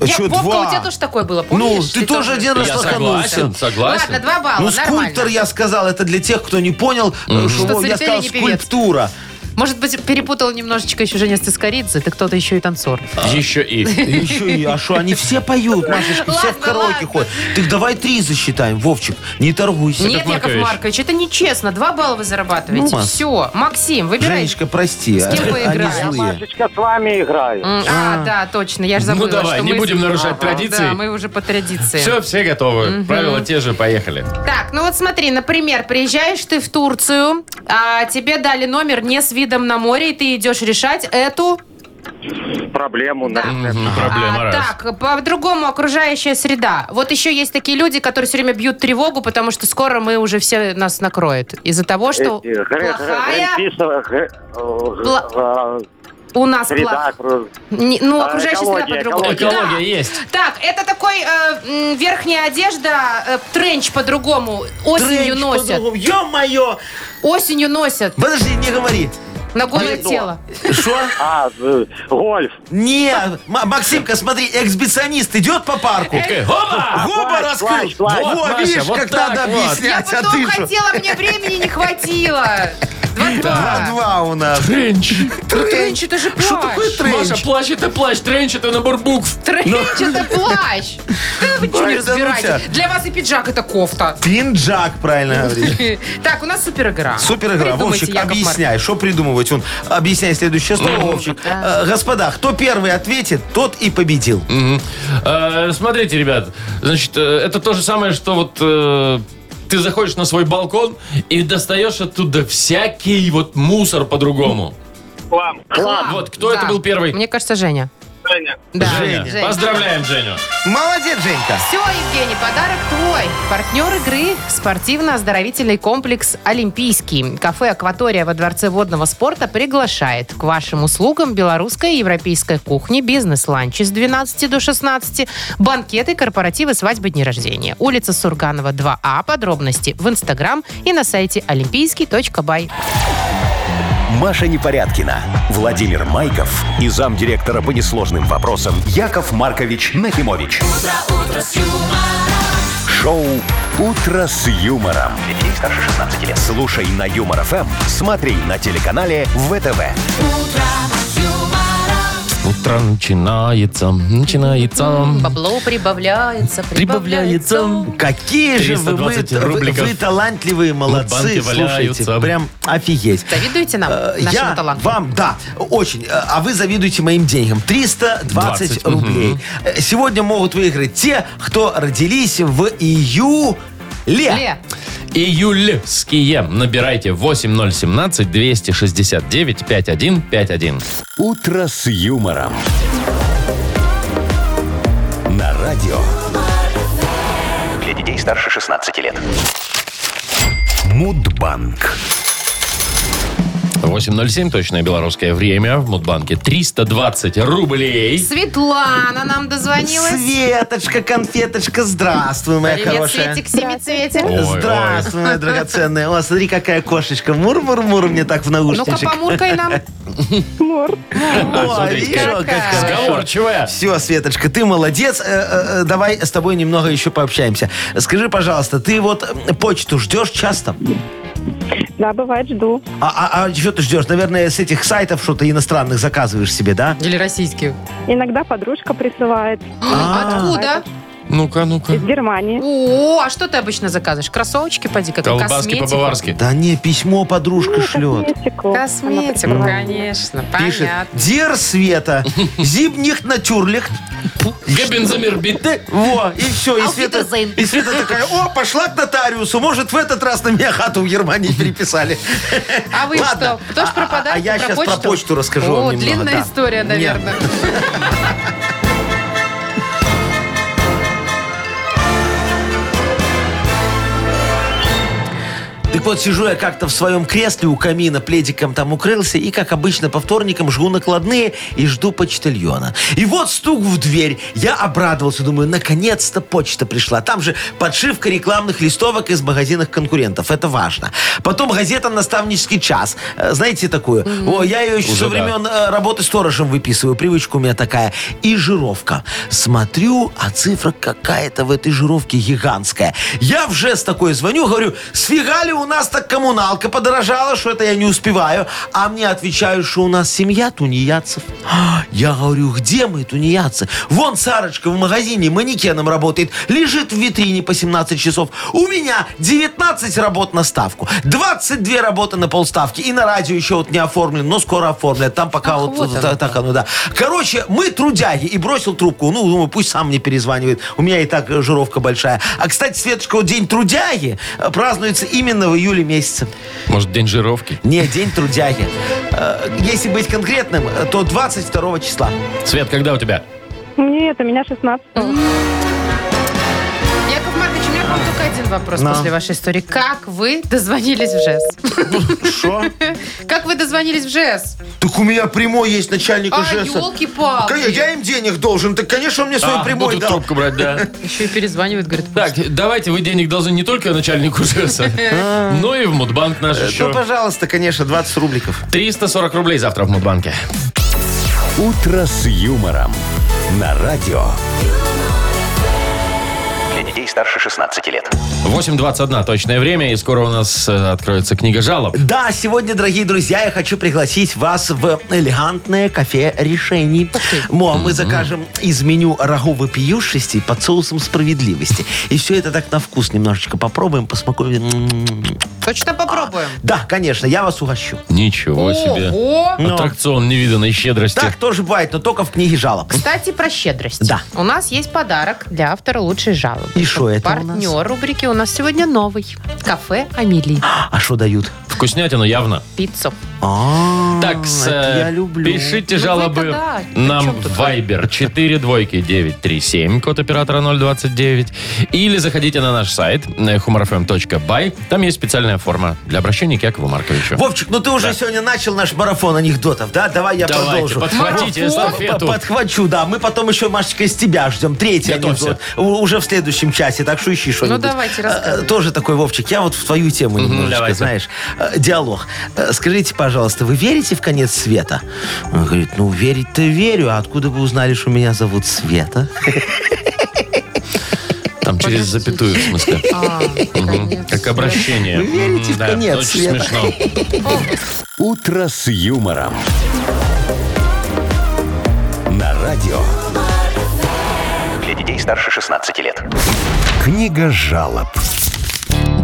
Speaker 2: Я,
Speaker 3: А Чё,
Speaker 2: Вовка,
Speaker 3: два?
Speaker 2: у тебя тоже такое было, помнишь?
Speaker 3: Ну, ты тоже один раз
Speaker 1: Я
Speaker 3: лоханулся.
Speaker 1: согласен, согласен.
Speaker 2: Ладно, два балла,
Speaker 3: Ну,
Speaker 2: нормально.
Speaker 3: скульптор, я сказал, это для тех, кто не понял,
Speaker 2: Что
Speaker 3: э, что
Speaker 2: цветели,
Speaker 3: я сказал
Speaker 2: не певец.
Speaker 3: скульптура.
Speaker 2: Может быть, перепутал немножечко еще Женя Стыскоридзе, ты кто-то еще и танцор.
Speaker 1: Еще и. [LAUGHS]
Speaker 3: Еще и, а что, они все поют, Машечка, все в
Speaker 2: Ладно,
Speaker 3: караоке
Speaker 2: ладно.
Speaker 3: ходят. Так давай три засчитаем, Вовчик, не торгуйся.
Speaker 2: Нет, Яков
Speaker 1: Маркович.
Speaker 2: Маркович, это нечестно. Два балла вы зарабатываете.
Speaker 3: Ну, Маш.
Speaker 2: Все, Максим, выбирай.
Speaker 3: Женечка, прости,
Speaker 2: С кем
Speaker 3: а- они
Speaker 2: поиграем?
Speaker 3: злые.
Speaker 8: Машечка, с вами играю.
Speaker 2: М, А, да, точно, я же забыла.
Speaker 1: Ну, давай,
Speaker 2: что
Speaker 1: не
Speaker 2: мы-
Speaker 1: будем нарушать традиции.
Speaker 2: Да, мы уже по традиции.
Speaker 1: Все, все готовы. Правила те же, поехали.
Speaker 2: Так, ну вот смотри, например, приезжаешь ты в Турцию, а тебе дали номер не с видом на море, и ты идешь решать эту...
Speaker 8: Проблему
Speaker 2: Да.
Speaker 8: на
Speaker 1: Мгм,
Speaker 2: А,
Speaker 1: Проблема раз.
Speaker 2: Так, по-другому окружающая среда. Вот еще есть такие люди, которые все время бьют тревогу, потому что скоро мы уже все нас накроет. Из-за того, что
Speaker 8: Эти, Грэ-
Speaker 2: плохая
Speaker 8: Грэнписова, Грэ- э,
Speaker 2: Пла-
Speaker 8: э,
Speaker 2: у нас
Speaker 8: среда
Speaker 2: плохая.
Speaker 8: окружающая.
Speaker 2: Ну,
Speaker 8: А,
Speaker 2: окружающая среда
Speaker 8: экология,
Speaker 2: по-другому.
Speaker 1: Экология
Speaker 2: Да.
Speaker 1: есть.
Speaker 2: Так, это такой э, м, верхняя одежда, э, тренч по-другому, осенью
Speaker 3: Тренч
Speaker 2: носят.
Speaker 3: по-другому. Ё-моё!
Speaker 2: Осенью носят
Speaker 3: Подожди, не говори.
Speaker 2: на голое
Speaker 8: Гридо.
Speaker 2: тело.
Speaker 3: Что?
Speaker 8: А, э, гольф.
Speaker 3: Не, М- Максимка, смотри, эксбиционист идет по парку.
Speaker 1: Такая, «Опа!»
Speaker 3: Губа
Speaker 8: плащ,
Speaker 3: раскрыл.
Speaker 8: плащ, плащ.
Speaker 3: Во,
Speaker 1: Маша,
Speaker 3: видишь,
Speaker 1: вот
Speaker 3: как
Speaker 1: так
Speaker 3: надо
Speaker 1: вот.
Speaker 2: Я
Speaker 3: объяснять, а
Speaker 2: потом
Speaker 3: ты что?
Speaker 2: хотела, мне времени не
Speaker 3: [LAUGHS]
Speaker 2: хватило. Два-два.
Speaker 3: Два-два у нас.
Speaker 1: Тренч.
Speaker 2: Тренч, это же плащ.
Speaker 3: Что такое тренч?
Speaker 1: Маша, плащ это плащ, тренч это набор букв.
Speaker 2: Тренч это плащ. Да вы ничего не
Speaker 3: Ну. Ой, да ну тебя.
Speaker 2: разбираете. Для вас и пиджак это кофта. [LAUGHS]
Speaker 3: Пинджак, правильно
Speaker 2: Ну,
Speaker 3: говоришь.
Speaker 2: Так, у нас супер игра.
Speaker 3: Супер игра. Вовчик, объясняй. Что придумывать? Он объясняй следующее слово,
Speaker 1: Ну,
Speaker 3: Вовчик. Э, Господа, кто первый ответит, тот и победил.
Speaker 1: Э, Смотрите, ребят, значит, э, это то же самое, что вот э, ты заходишь на свой балкон и достаешь оттуда всякий вот мусор по-другому.
Speaker 7: Хлам.
Speaker 1: Вот, кто это был первый?
Speaker 2: Мне кажется, Женя.
Speaker 7: Женя.
Speaker 2: Да.
Speaker 1: Женя. Поздравляем Женю.
Speaker 3: Молодец, Женька.
Speaker 2: Все, Евгений, подарок твой. Партнер игры – спортивно-оздоровительный комплекс «Олимпийский». Кафе «Акватория» во Дворце водного спорта приглашает. К вашим услугам белорусская и европейская кухни, бизнес-ланчи с 12 до 16, банкеты, корпоративы, свадьбы, дни рождения. Улица Сурганова, 2А. Подробности в Инстаграм и на сайте олимпийский.бай.
Speaker 4: Маша Непорядкина, Владимир Майков и замдиректора по несложным вопросам Яков Маркович Нахимович. Шоу Утро с юмором. Детей старше 16 лет. Слушай на юмор ФМ, смотри на телеканале ВТВ.
Speaker 1: Утро начинается, начинается.
Speaker 2: Бабло прибавляется,
Speaker 1: Прибавляется.
Speaker 3: Какие же вы, вы,
Speaker 1: 320 рубликов.
Speaker 3: вы талантливые
Speaker 1: банке
Speaker 3: молодцы, слушайте,
Speaker 1: валяются.
Speaker 3: прям офигеть.
Speaker 2: Завидуете нам,
Speaker 3: Э,
Speaker 2: нашему
Speaker 3: Я
Speaker 2: таланту?
Speaker 3: вам, да, очень. Э, А вы завидуете моим деньгам. 320
Speaker 1: 20,
Speaker 3: рублей. Э, Сегодня могут выиграть те, кто родились в июле.
Speaker 2: Ле,
Speaker 1: Июльские. Набирайте 8017 269 5151.
Speaker 4: Утро с юмором. На радио
Speaker 6: Для детей старше 16 лет.
Speaker 4: Мудбанк.
Speaker 1: 8.07, точное белорусское время. В Мудбанке 320 рублей.
Speaker 2: Светлана нам дозвонилась.
Speaker 3: Светочка, конфеточка, здравствуй, моя
Speaker 2: Привет,
Speaker 3: хорошая.
Speaker 2: Светик, семицветик.
Speaker 1: Ой, ой.
Speaker 3: Здравствуй, моя драгоценная. О, смотри, какая кошечка. Мур-мур-мур мне так в
Speaker 2: Ну-ка,
Speaker 3: наушничек.
Speaker 2: помуркай нам.
Speaker 3: О,
Speaker 1: А, смотрите,
Speaker 3: видишь,
Speaker 2: какая.
Speaker 3: как хорошо.
Speaker 1: Сговорчивая.
Speaker 3: Все, Светочка, ты молодец. Э, э, э, Давай с тобой немного еще пообщаемся. Скажи, пожалуйста, ты вот э, почту ждешь часто?
Speaker 9: Да, бывает, жду.
Speaker 3: А, а- а что ты ждешь? Наверное, с этих сайтов что-то иностранных заказываешь себе, да?
Speaker 2: Или российские.
Speaker 9: Иногда подружка присылает
Speaker 3: А.
Speaker 2: Откуда?
Speaker 1: Ну-ка, ну-ка.
Speaker 9: из Германии.
Speaker 2: О, а что ты обычно заказываешь? Кроссовочки, поди, как
Speaker 1: Колбаски по-баварски.
Speaker 3: Да не, письмо подружка шлет.
Speaker 9: Косметику.
Speaker 2: Косметику,
Speaker 9: Она присылает.
Speaker 2: конечно,
Speaker 3: Пишет,
Speaker 2: понятно.
Speaker 3: дер Света, зимних натюрлихт.
Speaker 1: Габензамир битте.
Speaker 3: Во, и все. И
Speaker 2: Auf
Speaker 3: Света,
Speaker 2: Wiedersehen.
Speaker 3: и Света такая, о, пошла к нотариусу. Может, в этот раз на меня хату в Германии переписали.
Speaker 2: А вы
Speaker 3: Ладно.
Speaker 2: что, тоже
Speaker 3: А-
Speaker 2: про
Speaker 3: а-
Speaker 2: подарки,
Speaker 3: А я
Speaker 2: про
Speaker 3: сейчас
Speaker 2: почту?
Speaker 3: про почту расскажу
Speaker 2: О,
Speaker 3: вам немного.
Speaker 2: длинная
Speaker 3: да.
Speaker 2: история,
Speaker 3: Не.
Speaker 2: наверное.
Speaker 3: Так вот, сижу я как-то в своем кресле у камина, пледиком там укрылся, и, как обычно, по вторникам жгу накладные и жду почтальона. И вот стук в дверь. Я обрадовался, думаю, наконец-то почта пришла. Там же подшивка рекламных листовок из магазинов конкурентов. Это важно. Потом газета «Наставнический час». Э, Знаете такую? О, я ее еще
Speaker 1: Уже да.
Speaker 3: со времен э, работы сторожем выписываю. Привычка у меня такая. И жировка. Смотрю, а цифра какая-то в этой жировке гигантская. Я в жест такой звоню, говорю, сфига ли у нас так коммуналка подорожала, что это я не успеваю. А мне отвечают, что у нас семья тунеядцев. [GASPS] А, Я говорю, где мы, тунеядцы? Вон Сарочка в магазине манекеном работает, лежит в витрине по 17 часов. У меня 19 работ на ставку, 22 работы на полставки. И на радио еще вот не оформлен, но скоро оформлят. Там пока
Speaker 2: Ах,
Speaker 3: вот,
Speaker 2: вот
Speaker 3: вот
Speaker 2: оно
Speaker 3: так оно, да. Короче, мы трудяги. И бросил трубку. Ну, думаю, пусть сам мне перезванивает. У меня и так э, жировка большая. А, кстати, Светочка, вот День трудяги э, празднуется именно в июле месяце.
Speaker 1: Может, день жировки?
Speaker 3: Не, День трудяги. Э, Если быть конкретным, э, то 22 числа.
Speaker 1: Свет, когда у тебя?
Speaker 9: Нет, у меня 16
Speaker 2: Яков Маркович, у меня к вам только один вопрос
Speaker 3: На.
Speaker 2: после вашей истории. Как вы дозвонились в ЖЭС?
Speaker 3: Что?
Speaker 2: Как вы дозвонились в ЖЭС?
Speaker 3: Так у меня прямой есть начальник
Speaker 2: А,
Speaker 3: ЖЭСа. Конечно,
Speaker 2: елки-палки.
Speaker 3: Я им денег должен. Так, конечно, он мне свой
Speaker 1: А,
Speaker 3: Ну, прямой
Speaker 1: будут
Speaker 3: дал.
Speaker 1: трубку брать, да.
Speaker 2: Еще и перезванивает, говорит,
Speaker 1: Так, давайте вы денег должны не только начальнику [LAUGHS] ЖЭСа, но и в Мудбанк наш
Speaker 3: Ну,
Speaker 1: еще.
Speaker 3: пожалуйста, конечно, 20 рубликов.
Speaker 1: 340 рублей завтра в Мудбанке.
Speaker 4: «Утро с юмором» на радио.
Speaker 6: Для детей старше 16 лет.
Speaker 1: 8.21 точное время, и скоро у нас э, откроется книга жалоб.
Speaker 3: Да, сегодня, дорогие друзья, я хочу пригласить вас в элегантное кафе решений. Мо, мы закажем из меню рагу вопиюшести под соусом справедливости. И все это так на вкус немножечко попробуем, посмакуем. М-м-м.
Speaker 2: Точно попробуем.
Speaker 3: Да, конечно, я вас угощу.
Speaker 1: Ничего себе.
Speaker 2: Ого!
Speaker 3: Но.
Speaker 1: Аттракцион невиданной щедрости.
Speaker 3: Так тоже бывает, но только в книге жалоб.
Speaker 2: Кстати, про щедрость.
Speaker 3: Да.
Speaker 2: У нас есть подарок для автора лучшей жалобы.
Speaker 3: И шо это у нас?
Speaker 2: Партнер рубрики у нас сегодня новый. Кафе Амели.
Speaker 3: А что дают?
Speaker 1: Вкуснятина явно.
Speaker 2: Пиццу.
Speaker 3: А,
Speaker 1: Так, с,
Speaker 3: это
Speaker 1: э,
Speaker 3: я люблю.
Speaker 1: пишите
Speaker 2: Ну,
Speaker 1: жалобы
Speaker 2: вы-то да. При
Speaker 1: нам
Speaker 2: чем
Speaker 1: в
Speaker 2: тут
Speaker 1: Viber 4 двойки 937, код оператора 029. Или заходите на наш сайт э, humorfm.by. Там есть специальная форма для обращения к Якову Марковичу.
Speaker 3: Вовчик, ну ты уже сегодня начал наш марафон анекдотов, да? Давай я
Speaker 1: Давайте,
Speaker 3: продолжу.
Speaker 1: подхватите
Speaker 3: Марафон?
Speaker 1: эстафету.
Speaker 3: П- Подхвачу, да. Мы потом еще, Машечка, из тебя ждем. Третий
Speaker 1: Готовься.
Speaker 3: анекдот. У- Уже в следующем часе, так что ищи что-нибудь.
Speaker 2: Ну, давайте, рассказывай.
Speaker 3: Э, э, Тоже такой, Вовчик, я вот в твою тему немножечко,
Speaker 1: давайте.
Speaker 3: знаешь. Э, Диалог. Э, Скажите, пожалуйста, вы верите в конец света? Он говорит, ну верить-то верю, а откуда вы узнали, что меня зовут Света?
Speaker 1: Там через запятую, в смысле.
Speaker 2: А,
Speaker 1: Мгм. Как обращение.
Speaker 3: Вы верите в
Speaker 1: Мгм, да,
Speaker 3: конец
Speaker 1: Очень
Speaker 3: света?
Speaker 1: смешно.
Speaker 4: «Утро с юмором». На радио.
Speaker 6: Для детей старше 16 лет.
Speaker 4: Книга жалоб.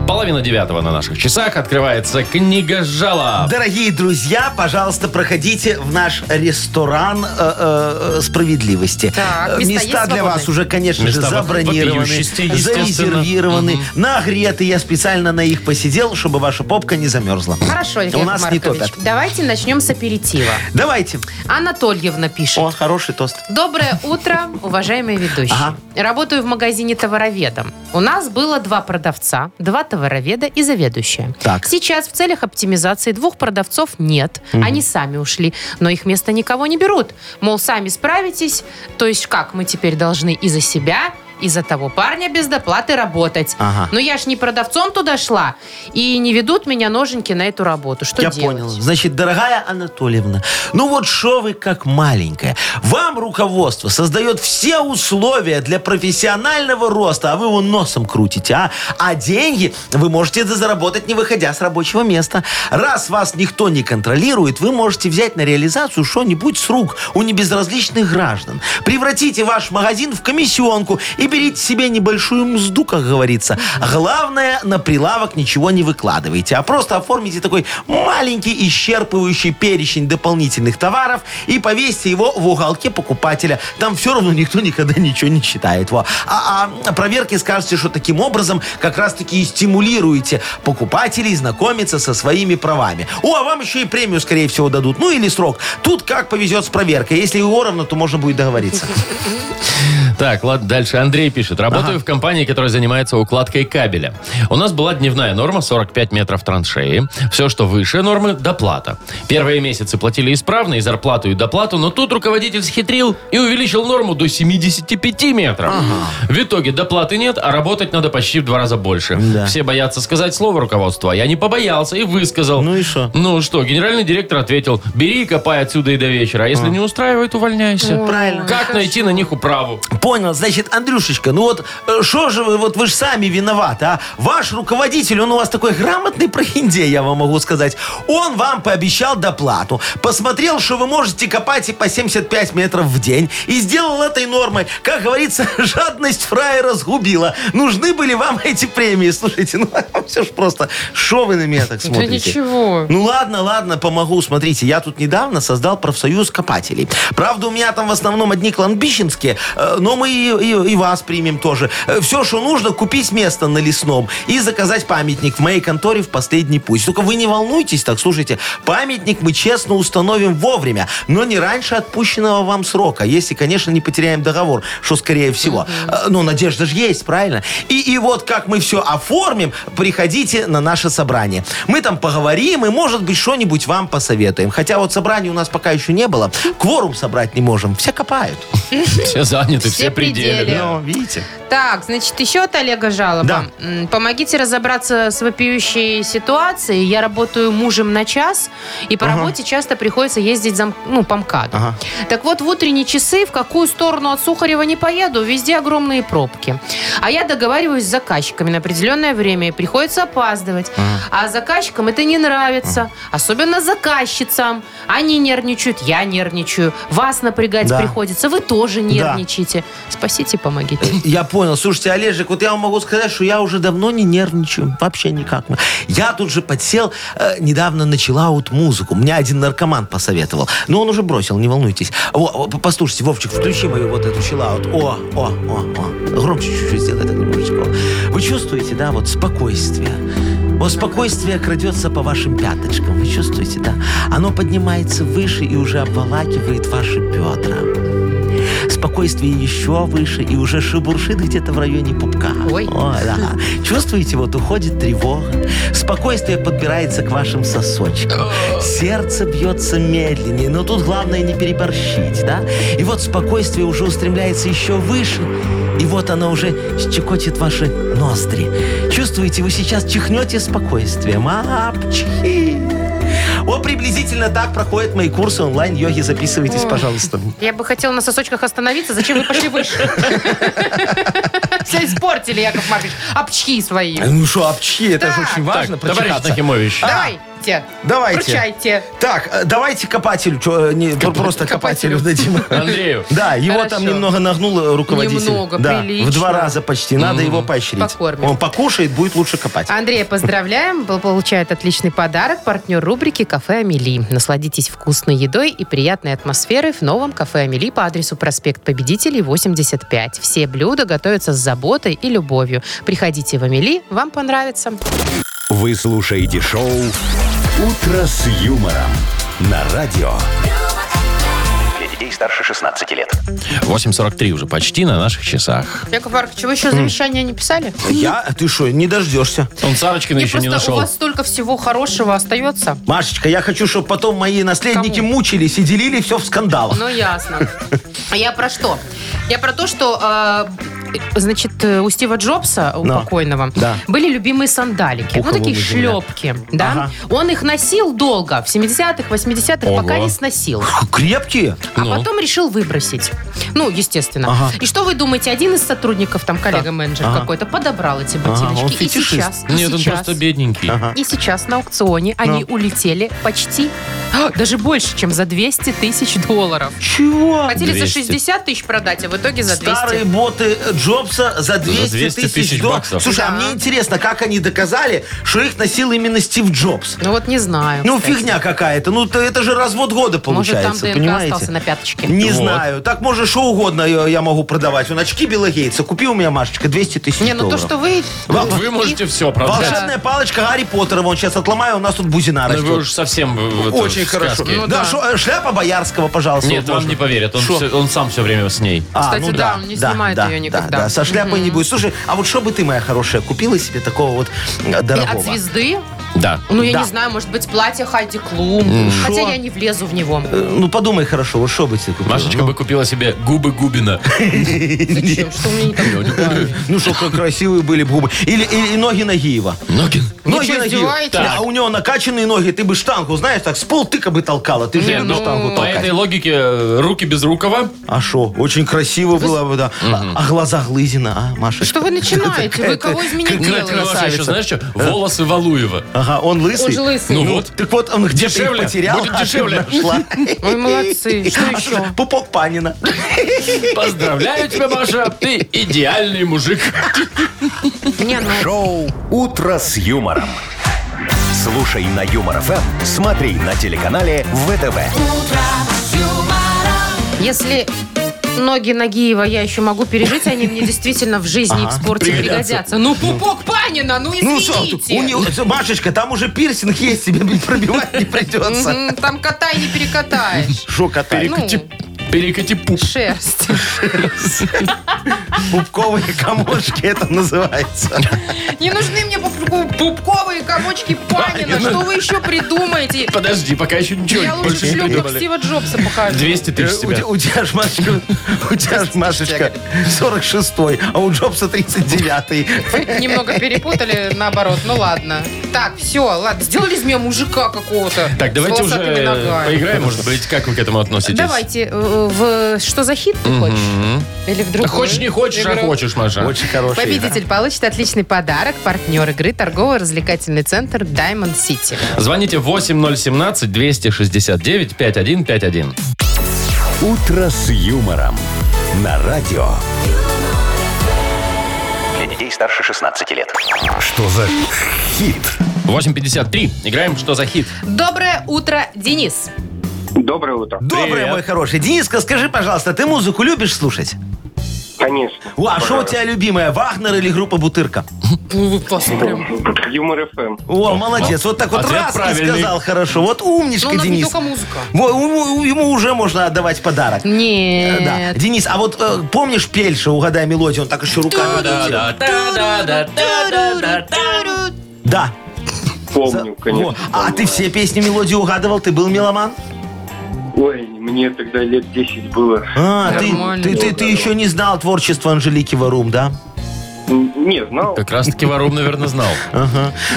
Speaker 1: Половина девятого на наших часах открывается книга жалоб.
Speaker 3: Дорогие друзья, пожалуйста, проходите в наш ресторан э, э, э, справедливости.
Speaker 2: Так,
Speaker 3: Э,
Speaker 2: места есть
Speaker 3: места для
Speaker 2: свободные?
Speaker 3: вас уже, конечно
Speaker 1: Места
Speaker 3: же,
Speaker 1: во-
Speaker 3: забронированы,
Speaker 1: вопиющести, естественно.
Speaker 3: зарезервированы, нагреты. Я специально на их посидел, чтобы ваша попка не замерзла.
Speaker 2: Хорошо, Яков
Speaker 3: У нас
Speaker 2: Маркович,
Speaker 3: не топят.
Speaker 2: давайте начнем с аперитива.
Speaker 3: Давайте.
Speaker 2: Анатольевна пишет.
Speaker 3: О, хороший тост.
Speaker 2: Доброе утро, уважаемые ведущие.
Speaker 3: Ага.
Speaker 2: Работаю в магазине товароведом. У нас было два продавца, два товароведа и заведующая.
Speaker 3: Так.
Speaker 2: Сейчас в целях оптимизации двух продавцов нет. Они сами ушли, но их место никого не берут. Мол, сами справитесь. То есть как мы теперь должны и за себя, и за того парня без доплаты работать.
Speaker 3: Ага.
Speaker 2: Но я ж не продавцом туда шла, и не ведут меня ноженьки на эту работу. Что
Speaker 3: Я
Speaker 2: делать?
Speaker 3: понял. Значит, дорогая Анатольевна, ну вот шо вы как маленькая. Вам руководство создает все условия для профессионального роста, а вы его носом крутите, а? А деньги вы можете заработать, не выходя с рабочего места. Раз вас никто не контролирует, вы можете взять на реализацию что-нибудь с рук у небезразличных граждан. Превратите ваш магазин в комиссионку и берите себе небольшую мзду, как говорится. Главное, на прилавок ничего не выкладывайте, а просто оформите такой маленький исчерпывающий перечень дополнительных товаров и повесьте его в уголке покупателя. Там все равно никто никогда ничего не считает. Во. А, а проверки скажете, что таким образом как раз-таки и стимулируете покупателей знакомиться со своими правами. О, а вам еще и премию, скорее всего, дадут. Ну или срок. Тут как повезет с проверкой. Если его ровно, то можно будет договориться.
Speaker 1: Так, ладно, дальше. Андрей пишет. Работаю в компании, которая занимается укладкой кабеля. У нас была дневная норма 45 метров траншеи. Все, что выше нормы, доплата. Первые месяцы платили исправно, и зарплату, и доплату, но тут руководитель схитрил и увеличил норму до 75 метров. В итоге доплаты нет, а работать надо почти в два раза больше.
Speaker 3: Да.
Speaker 1: Все боятся сказать слово руководства, а я не побоялся и высказал.
Speaker 3: Ну и шо?
Speaker 1: Ну что, генеральный директор ответил, бери и копай отсюда и до вечера, а если не устраивает, увольняйся.
Speaker 3: Правильно.
Speaker 1: Как найти на них управу?
Speaker 3: Понял, значит, Андрюшечка, ну вот что же вы, вот вы же сами виноваты, а? Ваш руководитель, он у вас такой грамотный прохиндей, я вам могу сказать. Он вам пообещал доплату, посмотрел, что вы можете копать и по 75 метров в день, и сделал этой нормой. Как говорится, [LAUGHS] жадность фраера сгубила. Нужны были вам эти премии. Слушайте, ну [LAUGHS] все ж просто, что вы на меня так
Speaker 2: Да
Speaker 3: смотрите?
Speaker 2: ничего.
Speaker 3: Ну ладно, ладно, помогу. Смотрите, я тут недавно создал профсоюз копателей. Правда, у меня там в основном одни кланбищенские, э, но мы и, и- и вас примем тоже. Все, что нужно, купить место на лесном и заказать памятник в моей конторе в последний путь. Только вы не волнуйтесь так, слушайте, памятник мы честно установим вовремя, но не раньше отпущенного вам срока, если, конечно, не потеряем договор, что скорее всего. Э, Ну, надежда же есть, правильно? И, и вот как мы все оформим, приходите на наше собрание. Мы там поговорим и, может быть, что-нибудь вам посоветуем. Хотя вот собрания у нас пока еще не было. Кворум собрать не можем. Все копают.
Speaker 1: Все заняты,
Speaker 2: Все
Speaker 1: все
Speaker 2: при
Speaker 1: пределы.
Speaker 2: деле.
Speaker 1: да.
Speaker 3: Ну, видите?
Speaker 2: Так, значит, еще от Олега жалоба.
Speaker 3: Да.
Speaker 2: М, Помогите разобраться с вопиющей ситуацией. Я работаю мужем на час, и по работе часто приходится ездить зам- ну, по МКАДу.
Speaker 3: Ага.
Speaker 2: Так вот, в утренние часы в какую сторону от Сухарева не поеду, везде огромные пробки. А я договариваюсь с заказчиками на определенное время, и приходится опаздывать. А заказчикам это не нравится. Особенно заказчицам. Они нервничают, я нервничаю. Вас напрягать
Speaker 3: Да.
Speaker 2: приходится, вы тоже нервничаете. Спасите, помогите.
Speaker 3: Я понял. Слушайте, Олежек, вот я вам могу сказать, что я уже давно не нервничаю. Вообще никак. Я тут же подсел, э, недавно начала вот музыку. Мне один наркоман посоветовал. Но он уже бросил, не волнуйтесь. Во, о, по- послушайте, Вовчик, включи мою вот эту чилаут. О, о, о, о. Громче чуть-чуть сделай так немножечко. Во. Вы чувствуете, да, вот спокойствие. Вот спокойствие крадется по вашим пяточкам. Вы чувствуете, да? Оно поднимается выше и уже обволакивает ваши бедра. Спокойствие еще выше и уже шебуршит где-то в районе пупка.
Speaker 2: Ой.
Speaker 3: да. Чувствуете, вот уходит тревога. Спокойствие подбирается к вашим сосочкам. Сердце бьется медленнее, но тут главное не переборщить, да? И вот спокойствие уже устремляется еще выше. И вот оно уже щекочет ваши ноздри. Чувствуете, вы сейчас чихнете спокойствием. Апчхи! О, приблизительно так проходят мои курсы онлайн-йоги. Записывайтесь, пожалуйста.
Speaker 2: Я бы хотела на сосочках остановиться. Зачем вы пошли выше? Все испортили, Яков Маркович. Обчхи свои.
Speaker 3: Э, Ну что, обчхи, это же
Speaker 2: Так.
Speaker 3: очень важно
Speaker 1: Так, товарищ
Speaker 3: прочихаться.
Speaker 1: Нахимович.
Speaker 2: Давайте.
Speaker 3: Давайте.
Speaker 2: Вручайте.
Speaker 3: Так, э, давайте копателю, чё, э, не, пр- просто
Speaker 2: копателю.
Speaker 3: копателю дадим.
Speaker 2: [LAUGHS]
Speaker 1: Андрею.
Speaker 3: Да, его
Speaker 2: Хорошо.
Speaker 3: там немного нагнул э, руководитель.
Speaker 2: Немного,
Speaker 3: да,
Speaker 2: прилично.
Speaker 3: В два раза почти. Надо его поощрить.
Speaker 2: Покормим. А
Speaker 3: Он покушает, будет лучше копать.
Speaker 2: Андрея поздравляем. Пол- Получает отличный подарок партнер рубрики «Кафе Амели». Насладитесь вкусной едой и приятной атмосферой в новом «Кафе Амели» по адресу проспект Победителей, 85. Все блюда готовятся с заботой и любовью. Приходите в Амели, вам понравится.
Speaker 4: Вы слушаете шоу «Утро с юмором» на радио.
Speaker 6: Для детей старше 16 лет.
Speaker 1: 8.43 уже почти на наших часах.
Speaker 2: Яков Маркович, вы еще замещания не писали?
Speaker 3: Хм. Я? Ты что, не дождешься?
Speaker 1: Он Сарочкина
Speaker 2: Не,
Speaker 1: еще не
Speaker 2: просто у
Speaker 1: нашел.
Speaker 2: вас столько всего хорошего остается.
Speaker 3: Машечка, я хочу, чтобы потом мои наследники
Speaker 2: Кому?
Speaker 3: мучились и делили все в скандалах.
Speaker 2: Ну, ясно. А я про что? Я про то, что э, Значит, э, у Стива Джобса, у
Speaker 3: Но.
Speaker 2: покойного,
Speaker 3: Да.
Speaker 2: были любимые сандалики.
Speaker 3: Пухова
Speaker 2: ну, такие
Speaker 3: бы земля.
Speaker 2: шлепки. Да?
Speaker 3: Ага.
Speaker 2: Он их носил долго, в 70-х, 80-х, пока
Speaker 1: Ого.
Speaker 2: не сносил.
Speaker 3: Крепкие?
Speaker 2: А
Speaker 1: Ну.
Speaker 2: потом решил выбросить. Ну, естественно.
Speaker 3: Ага.
Speaker 2: И что вы думаете, один из сотрудников, там коллега-менеджер
Speaker 3: Ага. какой-то,
Speaker 2: какой-то, подобрал эти
Speaker 3: ботиночки. он И
Speaker 2: ботиночки. и
Speaker 3: фетишист. сейчас-
Speaker 2: сейчас.
Speaker 1: Нет, он просто бедненький.
Speaker 3: Ага.
Speaker 2: И сейчас на аукционе они
Speaker 3: Ну.
Speaker 2: улетели почти, а, даже больше, чем за 200 тысяч долларов.
Speaker 3: Чего?
Speaker 2: Хотели
Speaker 1: 200.
Speaker 2: за 60 тысяч продать, а в итоге за 200.
Speaker 3: Старые боты э, Джобса за 200,
Speaker 1: 200 тысяч
Speaker 3: тысяч дол-
Speaker 1: баксов.
Speaker 3: Слушай, а
Speaker 2: Да.
Speaker 3: мне интересно, как они доказали, что их носил именно Стив Джобс?
Speaker 2: Ну вот не знаю.
Speaker 3: Ну,
Speaker 2: кстати.
Speaker 3: фигня какая-то. Ну, то это же развод года
Speaker 2: Может,
Speaker 3: получается,
Speaker 2: там ДНК
Speaker 3: понимаете?
Speaker 2: остался на пяточке.
Speaker 3: Не
Speaker 1: Вот.
Speaker 3: знаю. Так, может, что угодно я, я могу продавать. Он очки Билла Гейтса. Купи у меня, Машечка, 200 тысяч
Speaker 2: Не, ну то,
Speaker 3: долларов.
Speaker 2: что вы...
Speaker 3: Вам-
Speaker 1: Вы можете все продать.
Speaker 3: Волшебная палочка Гарри Поттера. Вон сейчас отломаю, у нас тут бузина
Speaker 1: Ну,
Speaker 3: растет.
Speaker 1: вы уж совсем в- в это,
Speaker 3: Очень
Speaker 1: в
Speaker 3: хорошо.
Speaker 1: сказке.
Speaker 2: Ну,
Speaker 3: да,
Speaker 2: да.
Speaker 3: шо- э, шляпа Боярского, пожалуйста.
Speaker 1: Нет,
Speaker 3: вот
Speaker 1: вам
Speaker 3: можно.
Speaker 1: не поверят. Он,
Speaker 3: Шо?
Speaker 1: всё- он сам все время с ней.
Speaker 3: А,
Speaker 2: Кстати, да, он не снимает ее никогда.
Speaker 3: Да, да, со шляпой не будет. Слушай, а вот что бы ты, моя хорошая, купила себе такого вот э,
Speaker 2: И
Speaker 3: дорогого?
Speaker 2: от звезды?
Speaker 1: Да.
Speaker 2: Ну, я
Speaker 3: Да.
Speaker 2: не знаю, может быть, платье Хайди Клум. Хотя
Speaker 3: Шо?
Speaker 2: я не влезу в него.
Speaker 3: Э, Ну, подумай хорошо, вот что бы ты купила?
Speaker 1: Машечка
Speaker 3: [LAUGHS]
Speaker 1: бы купила себе губы Губина.
Speaker 2: Зачем? Что у меня не так?
Speaker 3: Ну, чтобы красивые были бы губы. Или, или ноги Нагиева.
Speaker 1: Ногин.
Speaker 3: Ноги
Speaker 2: чё,
Speaker 3: Нагиева.
Speaker 2: издеваетесь?
Speaker 3: Да, а у него накачанные ноги, ты бы штангу, знаешь, так с полтыка бы толкала. Ты же
Speaker 1: Не,
Speaker 3: любишь
Speaker 1: ну,
Speaker 3: штангу
Speaker 1: по
Speaker 3: толкать.
Speaker 1: этой логике э, руки без рукава.
Speaker 3: А что, очень красиво было бы, да. А, а глаза Глызина, а, Маша?
Speaker 2: Что вы начинаете? Вы кого из меня
Speaker 1: Кра-
Speaker 2: делаете?
Speaker 1: Красавица, еще знаешь что? Волосы
Speaker 2: [LAUGHS]
Speaker 1: Валуева.
Speaker 3: Ага, он лысый.
Speaker 2: Он же лысый.
Speaker 1: Ну вот.
Speaker 3: Так вот, он где-то
Speaker 1: Дешевле.
Speaker 3: их потерял.
Speaker 1: Будет
Speaker 3: а ты
Speaker 1: дешевле.
Speaker 3: нашла. А
Speaker 2: Ой,
Speaker 3: [LAUGHS]
Speaker 2: молодцы. Что еще?
Speaker 3: Пупок Панина.
Speaker 1: Поздравляю тебя, Маша. Ты идеальный мужик.
Speaker 2: Не, ну,
Speaker 4: Шоу «Утро с юмором». Слушай на Юмор ФМ, смотри на телеканале ВТВ.
Speaker 2: если ноги Нагиева я еще могу пережить, они мне действительно в жизни и в спорте пригодятся. Ну, пупок Панина, ну
Speaker 3: Ну что, у
Speaker 2: извините.
Speaker 3: него- Машечка, там уже пирсинг есть, тебе [LAUGHS] пробивать не придется.
Speaker 2: М, Там котай не перекатаешь.
Speaker 3: Шо котай?
Speaker 2: Ну,
Speaker 1: Перекати, перекати пуп.
Speaker 2: шерсть.
Speaker 3: Пупковые комочки это называется.
Speaker 2: Не нужны мне пуп- пупковые комочки Панина. Что вы еще придумаете?
Speaker 1: Подожди, пока еще ничего
Speaker 2: Я лучше Э,
Speaker 1: больше не
Speaker 2: шлепок
Speaker 1: придумали.
Speaker 2: Стива Джобса покажу.
Speaker 1: 200 тысяч
Speaker 3: У
Speaker 1: тебя.
Speaker 3: тебя- Э, У тебя ж, Машечка, у тебя ж, Машечка 46-й, а у Джобса 39-й.
Speaker 2: Вы Немного перепутали, наоборот. Ну ладно. Так, все, ладно. Сделали из меня мужика какого-то.
Speaker 1: Так,
Speaker 2: с
Speaker 1: давайте уже
Speaker 2: волосатыми
Speaker 1: э,
Speaker 2: ногами.
Speaker 1: поиграем, может быть, как вы к этому относитесь?
Speaker 2: Давайте, э, в что за хит ты хочешь? Или в другой?
Speaker 1: Хочешь, не хочешь, а
Speaker 2: игру?
Speaker 1: хочешь, Маша.
Speaker 3: Очень хороший.
Speaker 2: Победитель получит отличный подарок. Партнер игры торгово-развлекательный центр Diamond City.
Speaker 1: Звоните 8017-269-5151.
Speaker 4: «Утро с юмором» на радио.
Speaker 6: Для детей старше 16 лет.
Speaker 4: Что за хит?
Speaker 1: 8.53. Играем «Что за хит?»
Speaker 2: Доброе утро, Денис.
Speaker 7: Доброе утро.
Speaker 3: Доброе,
Speaker 1: Привет.
Speaker 3: мой хороший. Дениска, скажи, пожалуйста, ты музыку любишь слушать?
Speaker 7: Конечно.
Speaker 3: О, А что у тебя любимая, Вагнер или группа Бутырка?
Speaker 7: Юмор эм. ФМ.
Speaker 3: О, молодец. Вот так вот
Speaker 1: а Ответ
Speaker 3: раз и
Speaker 1: правильный.
Speaker 3: сказал хорошо. Вот умничка,
Speaker 2: Ну, у нас не
Speaker 3: Денис.
Speaker 2: только музыка.
Speaker 3: Во, у- у- ему уже можно отдавать подарок.
Speaker 2: Нет.
Speaker 3: Э, Да. Денис, а вот э, помнишь Пельша, угадай мелодию, он так еще руками... крутил? Да.
Speaker 7: Помню, конечно.
Speaker 3: Во. А ты все песни мелодии угадывал? Ты был меломан?
Speaker 7: Ой, мне тогда лет 10 было.
Speaker 3: А, ты,
Speaker 2: Нормально.
Speaker 3: ты, ты- ты еще не знал творчество Анжелики Варум, да?
Speaker 7: Н- Не знал.
Speaker 1: Как раз таки Варум, наверное, знал.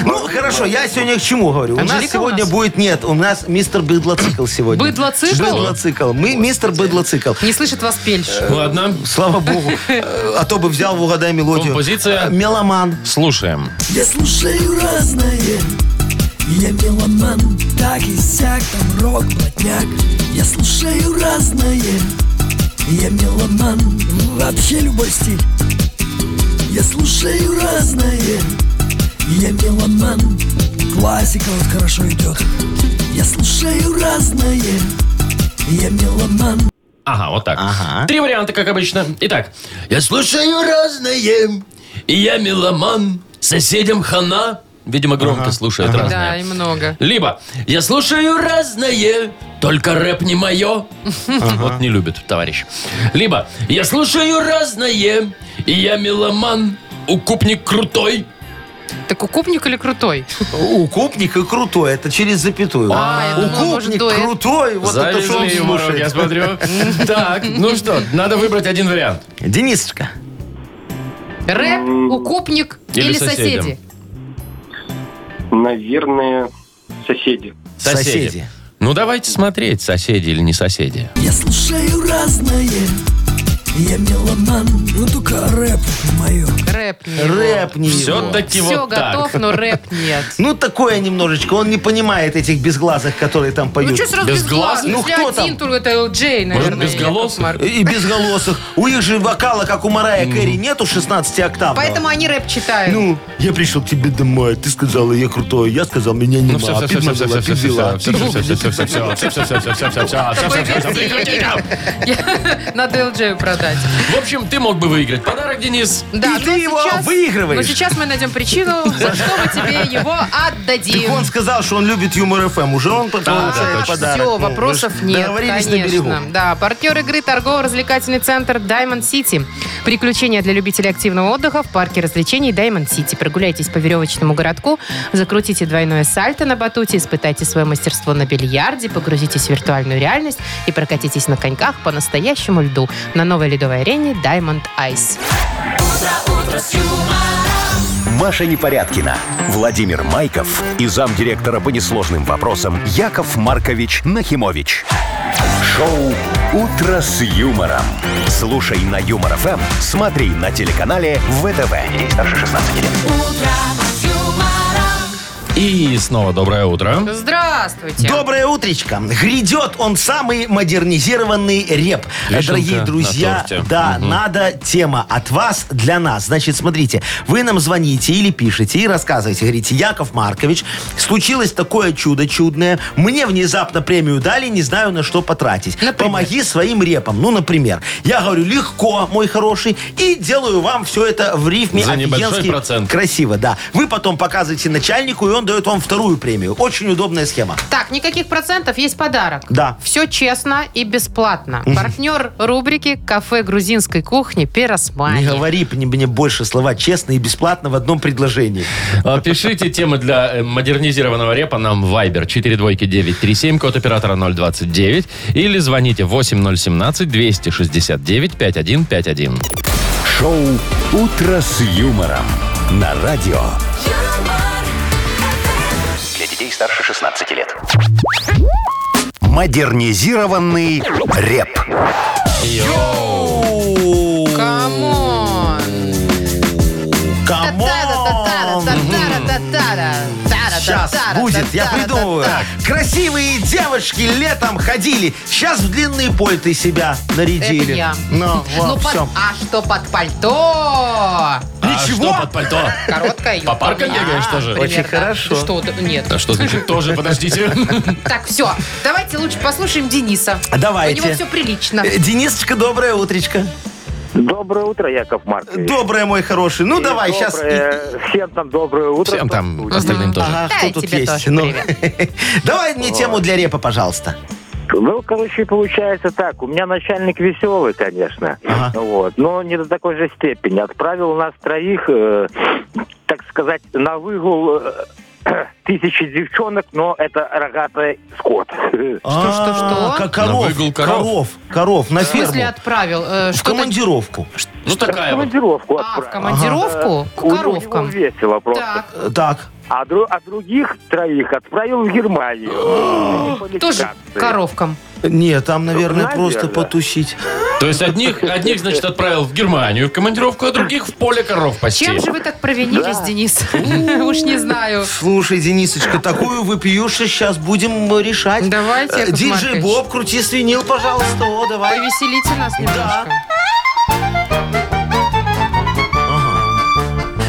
Speaker 3: Ну, хорошо, я сегодня к чему говорю? У нас
Speaker 2: Анжелика у
Speaker 3: сегодня
Speaker 2: нас?
Speaker 3: будет... Нет, у нас мистер Быдлоцикл сегодня.
Speaker 2: Быдлоцикл?
Speaker 3: Быдлоцикл. Мы мистер Быдлоцикл.
Speaker 2: Не слышит вас Пельш.
Speaker 1: Ладно,
Speaker 3: Слава богу. Э, А то бы взял в угадай мелодию.
Speaker 1: Композиция?
Speaker 3: Э, Меломан.
Speaker 1: слушаем.
Speaker 10: Я слушаю разное Я меломан, так и сяк, там рок, блатняк Я слушаю разное Я меломан, вообще любой стиль Я слушаю разное Я меломан, классика вот хорошо идет Я слушаю разное Я меломан
Speaker 1: Ага, вот так.
Speaker 3: Ага.
Speaker 1: Три варианта, как обычно. Итак, я слушаю разное, и я меломан, соседям хана. Видимо, громко слушает
Speaker 2: Да,
Speaker 1: разное.
Speaker 2: и много.
Speaker 1: Либо я слушаю разное, только рэп не мое. Вот не любит товарищ. Либо я слушаю разное, и я меломан, укупник крутой.
Speaker 2: Так укупник или крутой?
Speaker 3: Укупник и крутой. Это через запятую.
Speaker 2: А, я думала, может,
Speaker 3: Укупник,
Speaker 2: дуэт.
Speaker 3: крутой. Вот это что он
Speaker 1: Завезли юморок, я
Speaker 3: слушает. [LAUGHS]
Speaker 1: смотрю. Так, ну что, надо выбрать один вариант.
Speaker 3: Денисочка.
Speaker 2: Рэп, укупник или,
Speaker 1: Или
Speaker 2: соседи?
Speaker 1: соседям.
Speaker 7: Наверное, соседи.
Speaker 3: Соседи.
Speaker 1: Ну, давайте смотреть, соседи или не соседи.
Speaker 10: Я слушаю разное Я меломан, ну только рэп мое
Speaker 2: Рэп не его.
Speaker 3: Рэп не его.
Speaker 1: Все-таки
Speaker 2: Все
Speaker 1: вот
Speaker 2: готов,
Speaker 1: так.
Speaker 2: но рэп нет.
Speaker 3: Ну, такое немножечко. Он не понимает этих безглазых, которые там
Speaker 2: Ну,
Speaker 3: поют.
Speaker 2: что сразу
Speaker 1: Без
Speaker 2: без глаз?
Speaker 1: глаз?
Speaker 3: Ну,
Speaker 2: Если
Speaker 3: кто
Speaker 2: один,
Speaker 3: там?
Speaker 2: то это Джей, наверное.
Speaker 1: без
Speaker 2: Яков
Speaker 1: голосов?
Speaker 2: Маркович.
Speaker 3: И безголосых. У них же вокала, как у Марая Кэрри, нету 16 октав.
Speaker 2: Поэтому они рэп читают.
Speaker 3: Ну, я пришел к тебе домой, ты сказала, я крутой, я сказал, меня не
Speaker 1: Ну все, все, все, все, все, все, все, все, все, все, все, все, все, все, все, все, все, все, все,
Speaker 2: Такой
Speaker 1: все,
Speaker 2: версии
Speaker 1: все,
Speaker 2: я
Speaker 1: все,
Speaker 2: не дам. Я- Надо LJ продать.
Speaker 1: В общем, ты мог бы выиграть подарок, Денис.
Speaker 2: Да, но
Speaker 3: И ты его
Speaker 2: сейчас-
Speaker 3: выигрываешь.
Speaker 2: Но сейчас мы найдем причину, за что мы тебе его отдадим.
Speaker 3: он сказал, что он любит юмор ФМ. Уже он получает подарок.
Speaker 2: Все,
Speaker 3: Ну,
Speaker 2: вопросов
Speaker 3: вы ж
Speaker 2: нет,
Speaker 3: Договорились на берегу.
Speaker 2: конечно. Да, партнер игры торгово-развлекательный центр Diamond City. Приключения для любителей активного отдыха в парке развлечений Diamond City. Прогуляйтесь по веревочному городку, закрутите двойное сальто на батуте, испытайте свое мастерство на бильярде, погрузитесь в виртуальную реальность и прокатитесь на коньках по настоящему льду на новой ледовой арене Diamond Ice.
Speaker 4: Маша Непорядкина, Владимир Майков и замдиректора по несложным вопросам Яков Маркович Нахимович. Шоу «Утро с юмором». Слушай на Юмор ФМ, смотри на телеканале ВТВ. Здесь старше 16 лет.
Speaker 1: И снова доброе утро.
Speaker 2: Здравствуйте.
Speaker 3: Доброе утречко. Грядет он самый модернизированный реп.
Speaker 1: Вишенка
Speaker 3: Дорогие
Speaker 1: на
Speaker 3: друзья,
Speaker 1: торте.
Speaker 3: да, надо тема от вас для нас. Значит, смотрите, вы нам звоните или пишете и рассказываете. Говорите, Яков Маркович, случилось такое чудо чудное. Мне внезапно премию дали, не знаю, на что потратить. Помоги своим репам. Ну, например, я говорю, легко, мой хороший, и делаю вам все это в рифме.
Speaker 1: За небольшой
Speaker 3: офигенский.
Speaker 1: процент.
Speaker 3: Красиво, да. Вы потом показываете начальнику, и он дает вам вторую премию. Очень удобная схема.
Speaker 2: Так, никаких процентов, есть подарок.
Speaker 3: Да.
Speaker 2: Все честно и бесплатно. Партнер рубрики «Кафе грузинской кухни» Пиросмани.
Speaker 3: Не говори мне, мне больше слова честно и бесплатно в одном предложении.
Speaker 1: А, Пишите темы для э, модернизированного репа нам в Viber 42937, код оператора 029, или звоните 8017-269-5151.
Speaker 4: Шоу «Утро с юмором» на радио.
Speaker 6: Для детей старше 16 лет.
Speaker 4: Модернизированный реп.
Speaker 2: Камон!
Speaker 3: Камон! Сейчас
Speaker 2: Сейчас
Speaker 3: будет, я придумываю. Красивые девочки летом ходили. Сейчас в длинные польты себя нарядили.
Speaker 2: Это я.
Speaker 3: Ну,
Speaker 2: [LAUGHS] Ну,
Speaker 3: вот,
Speaker 2: под-
Speaker 3: всё.
Speaker 2: а что под пальто?
Speaker 3: Ничего?
Speaker 1: под пальто?
Speaker 2: Короткая юбка.
Speaker 1: По паркам бегаешь тоже?
Speaker 2: примерно.
Speaker 3: Очень хорошо.
Speaker 2: Что? ты- Нет.
Speaker 1: А что значит тоже? Подождите.
Speaker 2: Так, все. Давайте лучше послушаем Дениса.
Speaker 3: Давайте.
Speaker 2: У него все прилично.
Speaker 3: Э, Денисочка, доброе утречко.
Speaker 8: Доброе утро, Яков Маркович.
Speaker 3: Доброе, мой хороший. Ну,
Speaker 8: И
Speaker 3: давай, сейчас...
Speaker 8: доброе- Всем там доброе утро.
Speaker 1: Всем там, остальным тоже.
Speaker 3: Ага,
Speaker 2: Да, и
Speaker 3: кто тут
Speaker 2: тебе
Speaker 3: есть?
Speaker 2: тоже
Speaker 3: Ну.
Speaker 2: привет.
Speaker 3: [LAUGHS] Давай мне тему для репа, пожалуйста.
Speaker 8: Ну, короче, получается так. У меня начальник веселый, конечно.
Speaker 3: Ага.
Speaker 8: Вот, но не до такой же степени. Отправил нас троих, э, так сказать, на выгул э, [CLEARS THROAT] тысячи девчонок, но это рогатый скот. [LAUGHS]
Speaker 3: Что,
Speaker 2: что, что?
Speaker 3: Как
Speaker 1: На
Speaker 3: А, коров,
Speaker 1: выгул коров.
Speaker 3: коров, коров, на
Speaker 2: В смысле
Speaker 3: ферму.
Speaker 2: отправил? Э,
Speaker 3: В
Speaker 2: что-то-
Speaker 3: командировку.
Speaker 1: Ну такая вот.
Speaker 8: Командировку
Speaker 2: А, в
Speaker 8: отправил.
Speaker 2: командировку?
Speaker 8: Э,
Speaker 2: К
Speaker 8: у- у
Speaker 2: коровкам.
Speaker 8: него весело просто.
Speaker 2: Так,
Speaker 3: Э, Так.
Speaker 8: А, дру- а других троих отправил в Германию.
Speaker 2: [GASPS]
Speaker 8: По
Speaker 2: тоже
Speaker 8: ликвидации.
Speaker 2: к коровкам.
Speaker 3: Не, там, наверное,
Speaker 8: Наверное.
Speaker 3: просто потусить.
Speaker 1: То есть одних, одних, значит, отправил в Германию в командировку, а других в поле коров пасти.
Speaker 2: Чем же вы так провинились, Денис? [LAUGHS] Уж не знаю.
Speaker 3: Слушай, Денисочка, такую выпьешь, сейчас будем решать.
Speaker 2: Давайте,
Speaker 3: Э,
Speaker 2: Яков
Speaker 3: Диджей
Speaker 2: Маркович.
Speaker 3: Боб, крути свинил, пожалуйста. О, давай.
Speaker 2: Повеселите нас немножко.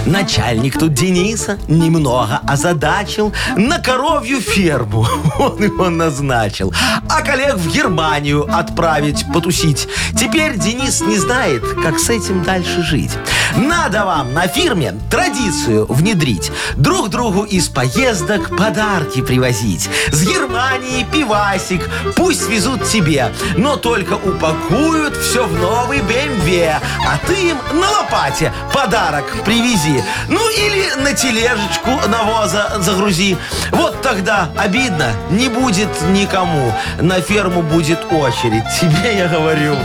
Speaker 3: Начальник тут Дениса немного озадачил на коровью ферму. [LAUGHS] Он его назначил. А коллег в Германию отправить потусить. Теперь Денис не знает, как с этим дальше жить. Надо вам на фирме традицию внедрить. Друг другу из поездок подарки привозить. С Германии пивасик пусть везут тебе. Но только упакуют все в новый BMW. А ты им на лопате подарок привези. Ну или на тележечку навоза загрузи. Вот тогда обидно не будет никому. На ферму будет очередь. [LAUGHS] Тебе я говорю.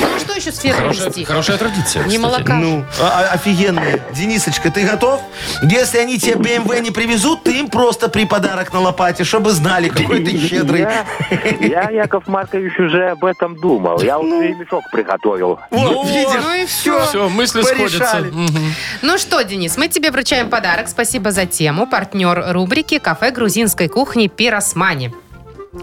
Speaker 2: Ну что еще сферу
Speaker 1: Хорошая,
Speaker 2: вести?
Speaker 1: хорошая традиция. все.
Speaker 2: Не
Speaker 1: кстати.
Speaker 2: молока.
Speaker 3: Ну, а- а- офигенно. Денисочка, ты готов? Если они тебе BMW не привезут, ты им просто при подарок на лопате, чтобы знали, какой ты щедрый.
Speaker 8: Я, [LAUGHS] я, Яков Маркович, уже об этом думал. Я уже и мешок приготовил.
Speaker 3: Вот, видишь?
Speaker 2: Ну и все.
Speaker 1: Все, мысли
Speaker 3: Порешали.
Speaker 1: сходятся. Мгм.
Speaker 2: Ну что, Денис, мы тебе вручаем подарок. Спасибо за тему. Партнер рубрики «Кафе грузинской кухни Пиросмани».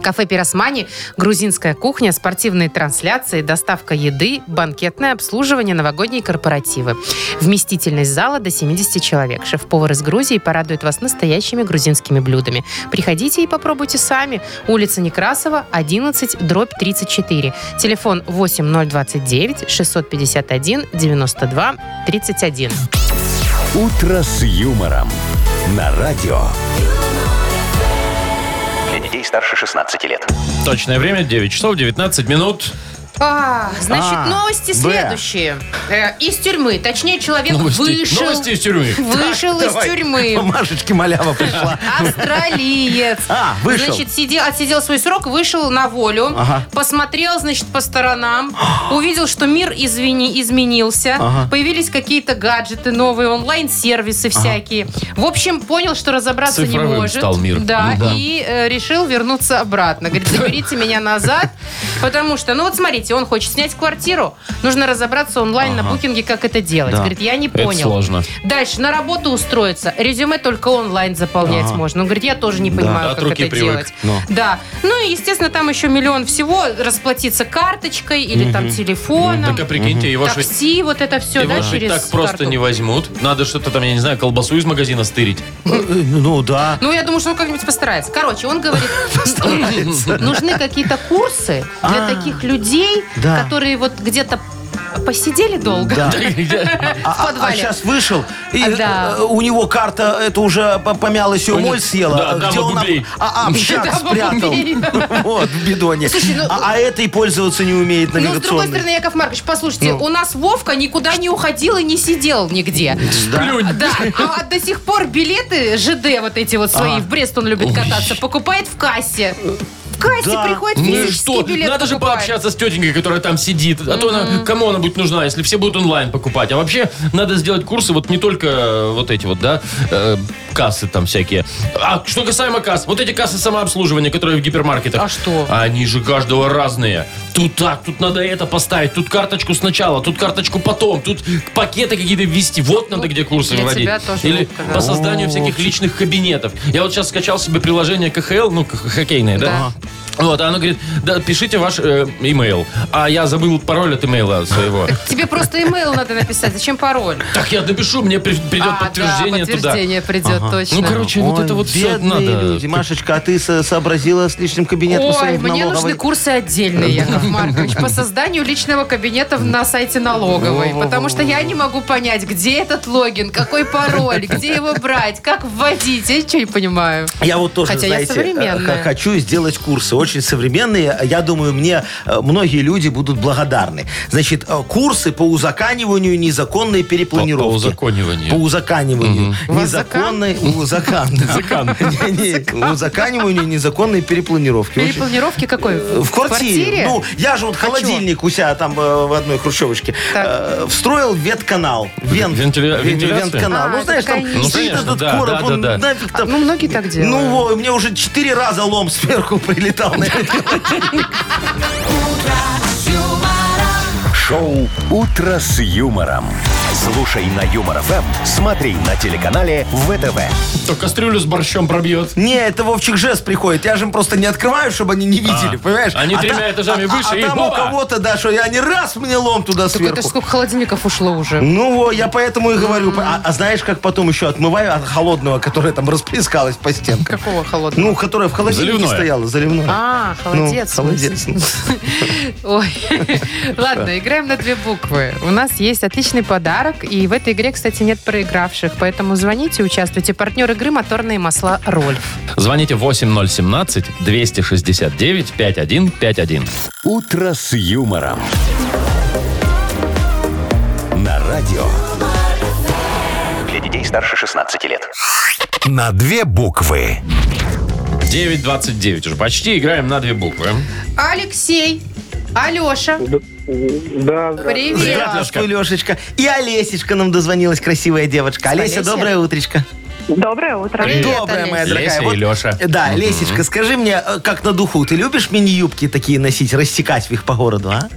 Speaker 2: Кафе «Пиросмани», грузинская кухня, спортивные трансляции, доставка еды, банкетное обслуживание, новогодние корпоративы. Вместительность зала до 70 человек. Шеф-повар из Грузии порадует вас настоящими грузинскими блюдами. Приходите и попробуйте сами. Улица Некрасова, 11, дробь 34. Телефон 8029 651 92 31.
Speaker 4: «Утро с юмором» на радио.
Speaker 6: Для детей старше 16 лет.
Speaker 1: Точное время 9 часов 19 минут.
Speaker 2: А, значит,
Speaker 3: А,
Speaker 2: новости
Speaker 3: Б.
Speaker 2: следующие. Э, из тюрьмы. Точнее, человек
Speaker 1: Новости.
Speaker 2: вышел.
Speaker 1: Новости из тюрьмы.
Speaker 3: [LAUGHS]
Speaker 2: Вышел из
Speaker 3: Давай.
Speaker 2: тюрьмы.
Speaker 3: Машечке
Speaker 2: [LAUGHS]
Speaker 3: малява пришла.
Speaker 2: Австралиец.
Speaker 3: А, вышел.
Speaker 2: Значит, сидел, отсидел свой срок, вышел на волю,
Speaker 3: Ага.
Speaker 2: посмотрел, значит, по сторонам, увидел, что мир извини, изменился,
Speaker 3: Ага.
Speaker 2: появились какие-то гаджеты новые, онлайн-сервисы всякие. В общем, понял, что разобраться не
Speaker 1: Цифровым
Speaker 2: может.
Speaker 1: стал мир.
Speaker 2: Да,
Speaker 1: Ну да.
Speaker 2: и э, решил вернуться обратно. Говорит, заберите меня назад, потому что, ну вот смотрите, он хочет снять квартиру, нужно разобраться онлайн на букинге, как это делать.
Speaker 3: Да.
Speaker 2: Говорит, я не
Speaker 1: Это
Speaker 2: понял.
Speaker 1: сложно.
Speaker 2: Дальше на работу устроиться. Резюме только онлайн заполнять можно. Он говорит, я тоже не понимаю,
Speaker 1: От
Speaker 2: как
Speaker 1: руки
Speaker 2: это
Speaker 1: привык.
Speaker 2: делать.
Speaker 3: Ну.
Speaker 2: Да. Ну и, естественно, там еще миллион всего. Расплатиться карточкой или там телефоном.
Speaker 1: Так а прикиньте, его же
Speaker 2: Такси, вот это все,
Speaker 1: его
Speaker 2: да,
Speaker 1: же
Speaker 2: через
Speaker 1: так просто
Speaker 2: карту.
Speaker 1: не возьмут. Надо что-то там, я не знаю, колбасу из магазина стырить.
Speaker 3: Э, э, Ну да.
Speaker 2: Ну, я думаю, что он как-нибудь постарается. Короче, он
Speaker 1: [LAUGHS]
Speaker 2: говорит, нужны какие-то курсы
Speaker 3: А.
Speaker 2: для таких людей,
Speaker 3: Да.
Speaker 2: которые вот где-то посидели долго
Speaker 3: Да.
Speaker 2: [LAUGHS]
Speaker 3: А,
Speaker 1: А,
Speaker 2: в подвале. Ну,
Speaker 3: сейчас вышел, и
Speaker 2: А, да.
Speaker 3: э, у него карта, это уже по- помялась, ее
Speaker 1: Понятно.
Speaker 3: моль съела.
Speaker 1: Да, дама
Speaker 3: где он об-
Speaker 1: гублей.
Speaker 3: а,
Speaker 2: [LAUGHS]
Speaker 3: а, общак
Speaker 2: Дама
Speaker 3: спрятал.
Speaker 2: гублей.
Speaker 3: [LAUGHS] Вот, в бидоне.
Speaker 2: Слушай, ну-
Speaker 3: А а это и пользоваться не умеет
Speaker 2: Ну, с другой
Speaker 3: навигационной.
Speaker 2: стороны, Яков Маркович, послушайте,
Speaker 3: Ну.
Speaker 2: у нас Вовка никуда не уходил и не сидел нигде.
Speaker 1: Плюнь.
Speaker 2: Да, а до сих пор билеты ЖД вот эти вот
Speaker 1: А.
Speaker 2: свои, в Брест он любит кататься, покупает в кассе. В кассе
Speaker 3: Да.
Speaker 2: приходит
Speaker 1: Ну и
Speaker 2: физический
Speaker 1: что?
Speaker 2: билет
Speaker 1: Надо же
Speaker 2: покупает.
Speaker 1: пообщаться с тетенькой, которая там сидит. А то она, кому она будет нужна, если все будут онлайн покупать. А вообще, надо сделать курсы вот не только э, вот эти вот, да, э, кассы там всякие. А что касаемо касс, вот эти кассы самообслуживания, которые в гипермаркетах.
Speaker 2: А что?
Speaker 1: Они же каждого разные. Тут так, тут надо это поставить, тут карточку сначала, тут карточку потом, тут пакеты какие-то ввести. Вот надо где курсы
Speaker 2: Ну, для
Speaker 1: вводить.
Speaker 2: тебя тоже,
Speaker 1: Или
Speaker 2: Вовка, да.
Speaker 1: по созданию всяких личных кабинетов. Я вот сейчас скачал себе приложение КХЛ, ну, к- хоккейное, да? Вот, а оно говорит, да, пишите ваш э, имейл. А я забыл пароль от имейла своего.
Speaker 2: Тебе просто имейл надо написать, зачем пароль?
Speaker 1: Так я допишу, мне при- придет
Speaker 2: А, да,
Speaker 1: подтверждение туда.
Speaker 2: подтверждение придет, точно.
Speaker 1: Ну, короче, вот
Speaker 3: Ой,
Speaker 1: это вот все
Speaker 3: бедные
Speaker 1: надо.
Speaker 3: люди. Машечка, а ты со- сообразила с личным кабинетом
Speaker 2: Ой,
Speaker 3: своим в
Speaker 2: мне
Speaker 3: налоговой?
Speaker 2: нужны курсы
Speaker 1: [LAUGHS]
Speaker 2: отдельные, Яков Маркович, по созданию личного кабинета в- на сайте налоговой. Потому что я не могу понять, где этот логин, какой пароль, где его брать, как вводить. Я ничего не понимаю.
Speaker 3: Я вот тоже,
Speaker 2: Хотя я
Speaker 3: знаете,
Speaker 2: современная.
Speaker 3: э, х- хочу сделать курсы, очень современные. Я думаю, мне э, многие люди будут благодарны. Значит, э, курсы по узаканиванию незаконной перепланировки.
Speaker 1: По- по узакониванию.
Speaker 3: По узаканиванию. Незаконной... Узакан, да.
Speaker 1: [LAUGHS]
Speaker 3: [LAUGHS]
Speaker 1: Узакан.
Speaker 3: Не-не, Узаканиванию незаконной перепланировки. Очень- Э,
Speaker 2: Перепланировки какой?
Speaker 3: В квартире. Ну, я же вот
Speaker 2: чего?
Speaker 3: холодильник у себя там э, в одной хрущевочке э, встроил ветканал. Вент,
Speaker 1: Вентиля-
Speaker 3: вен-
Speaker 1: вентиляция?
Speaker 3: вентканал.
Speaker 2: А,
Speaker 3: Ну,
Speaker 2: это
Speaker 3: знаешь, там
Speaker 2: конечно.
Speaker 1: Ну,
Speaker 3: стоит
Speaker 1: конечно,
Speaker 3: этот
Speaker 1: да,
Speaker 3: короб,
Speaker 1: да,
Speaker 3: он
Speaker 1: да, да.
Speaker 3: нафиг там...
Speaker 2: ну, многие так делают.
Speaker 3: Ну, во, мне уже четыре раза лом сверху прилетал на
Speaker 1: [LAUGHS]
Speaker 3: этот
Speaker 4: Шоу «Утро с юмором». Слушай на Юмор ФМ, смотри на телеканале ВТВ.
Speaker 1: То кастрюлю с борщом пробьет.
Speaker 3: Не, это Вовчик жест приходит. Я же им просто не открываю, чтобы они не видели,
Speaker 1: А.
Speaker 3: понимаешь?
Speaker 1: Они
Speaker 3: А
Speaker 1: тремя
Speaker 3: та-
Speaker 1: этажами
Speaker 3: а-
Speaker 1: выше
Speaker 3: а
Speaker 1: и
Speaker 3: там у
Speaker 1: опа!
Speaker 3: кого-то, да, что я не раз мне лом туда
Speaker 2: Так это ж
Speaker 3: сверху.
Speaker 2: сколько холодильников ушло уже.
Speaker 3: Ну, во, я поэтому и говорю. А, а знаешь, как потом еще отмываю от холодного, которое там расплескалось по стенкам?
Speaker 2: Какого холодного?
Speaker 3: Ну, которое в холодильнике
Speaker 1: Заливное.
Speaker 3: стояло, заливное.
Speaker 2: А, холодец.
Speaker 3: Ну, холодец.
Speaker 2: [LAUGHS]
Speaker 3: [LAUGHS]
Speaker 2: Ой, ладно, играем на две буквы. У нас есть отличный подарок, и в этой игре, кстати, нет проигравших, поэтому звоните, участвуйте. Партнер игры «Моторные масла Рольф».
Speaker 1: Звоните 8017-269-5151.
Speaker 4: «Утро с юмором». На радио.
Speaker 6: Для детей старше 16 лет.
Speaker 4: На две буквы.
Speaker 1: 929 уже почти. Играем на две буквы.
Speaker 2: Алексей, Алеша,
Speaker 7: Ну, Да,
Speaker 2: Привет.
Speaker 3: Здравствуй, Лешечка. И Олесечка нам дозвонилась, красивая девочка. Олеся,
Speaker 2: Олесей?
Speaker 3: доброе утречко.
Speaker 9: Доброе утро.
Speaker 1: Привет,
Speaker 3: Доброе, моя
Speaker 1: Олесь.
Speaker 3: дорогая.
Speaker 1: Леся и Лёша.
Speaker 3: Да, Лесечка, скажи мне, э, как на духу, ты любишь мини-юбки такие носить, рассекать их по городу, а?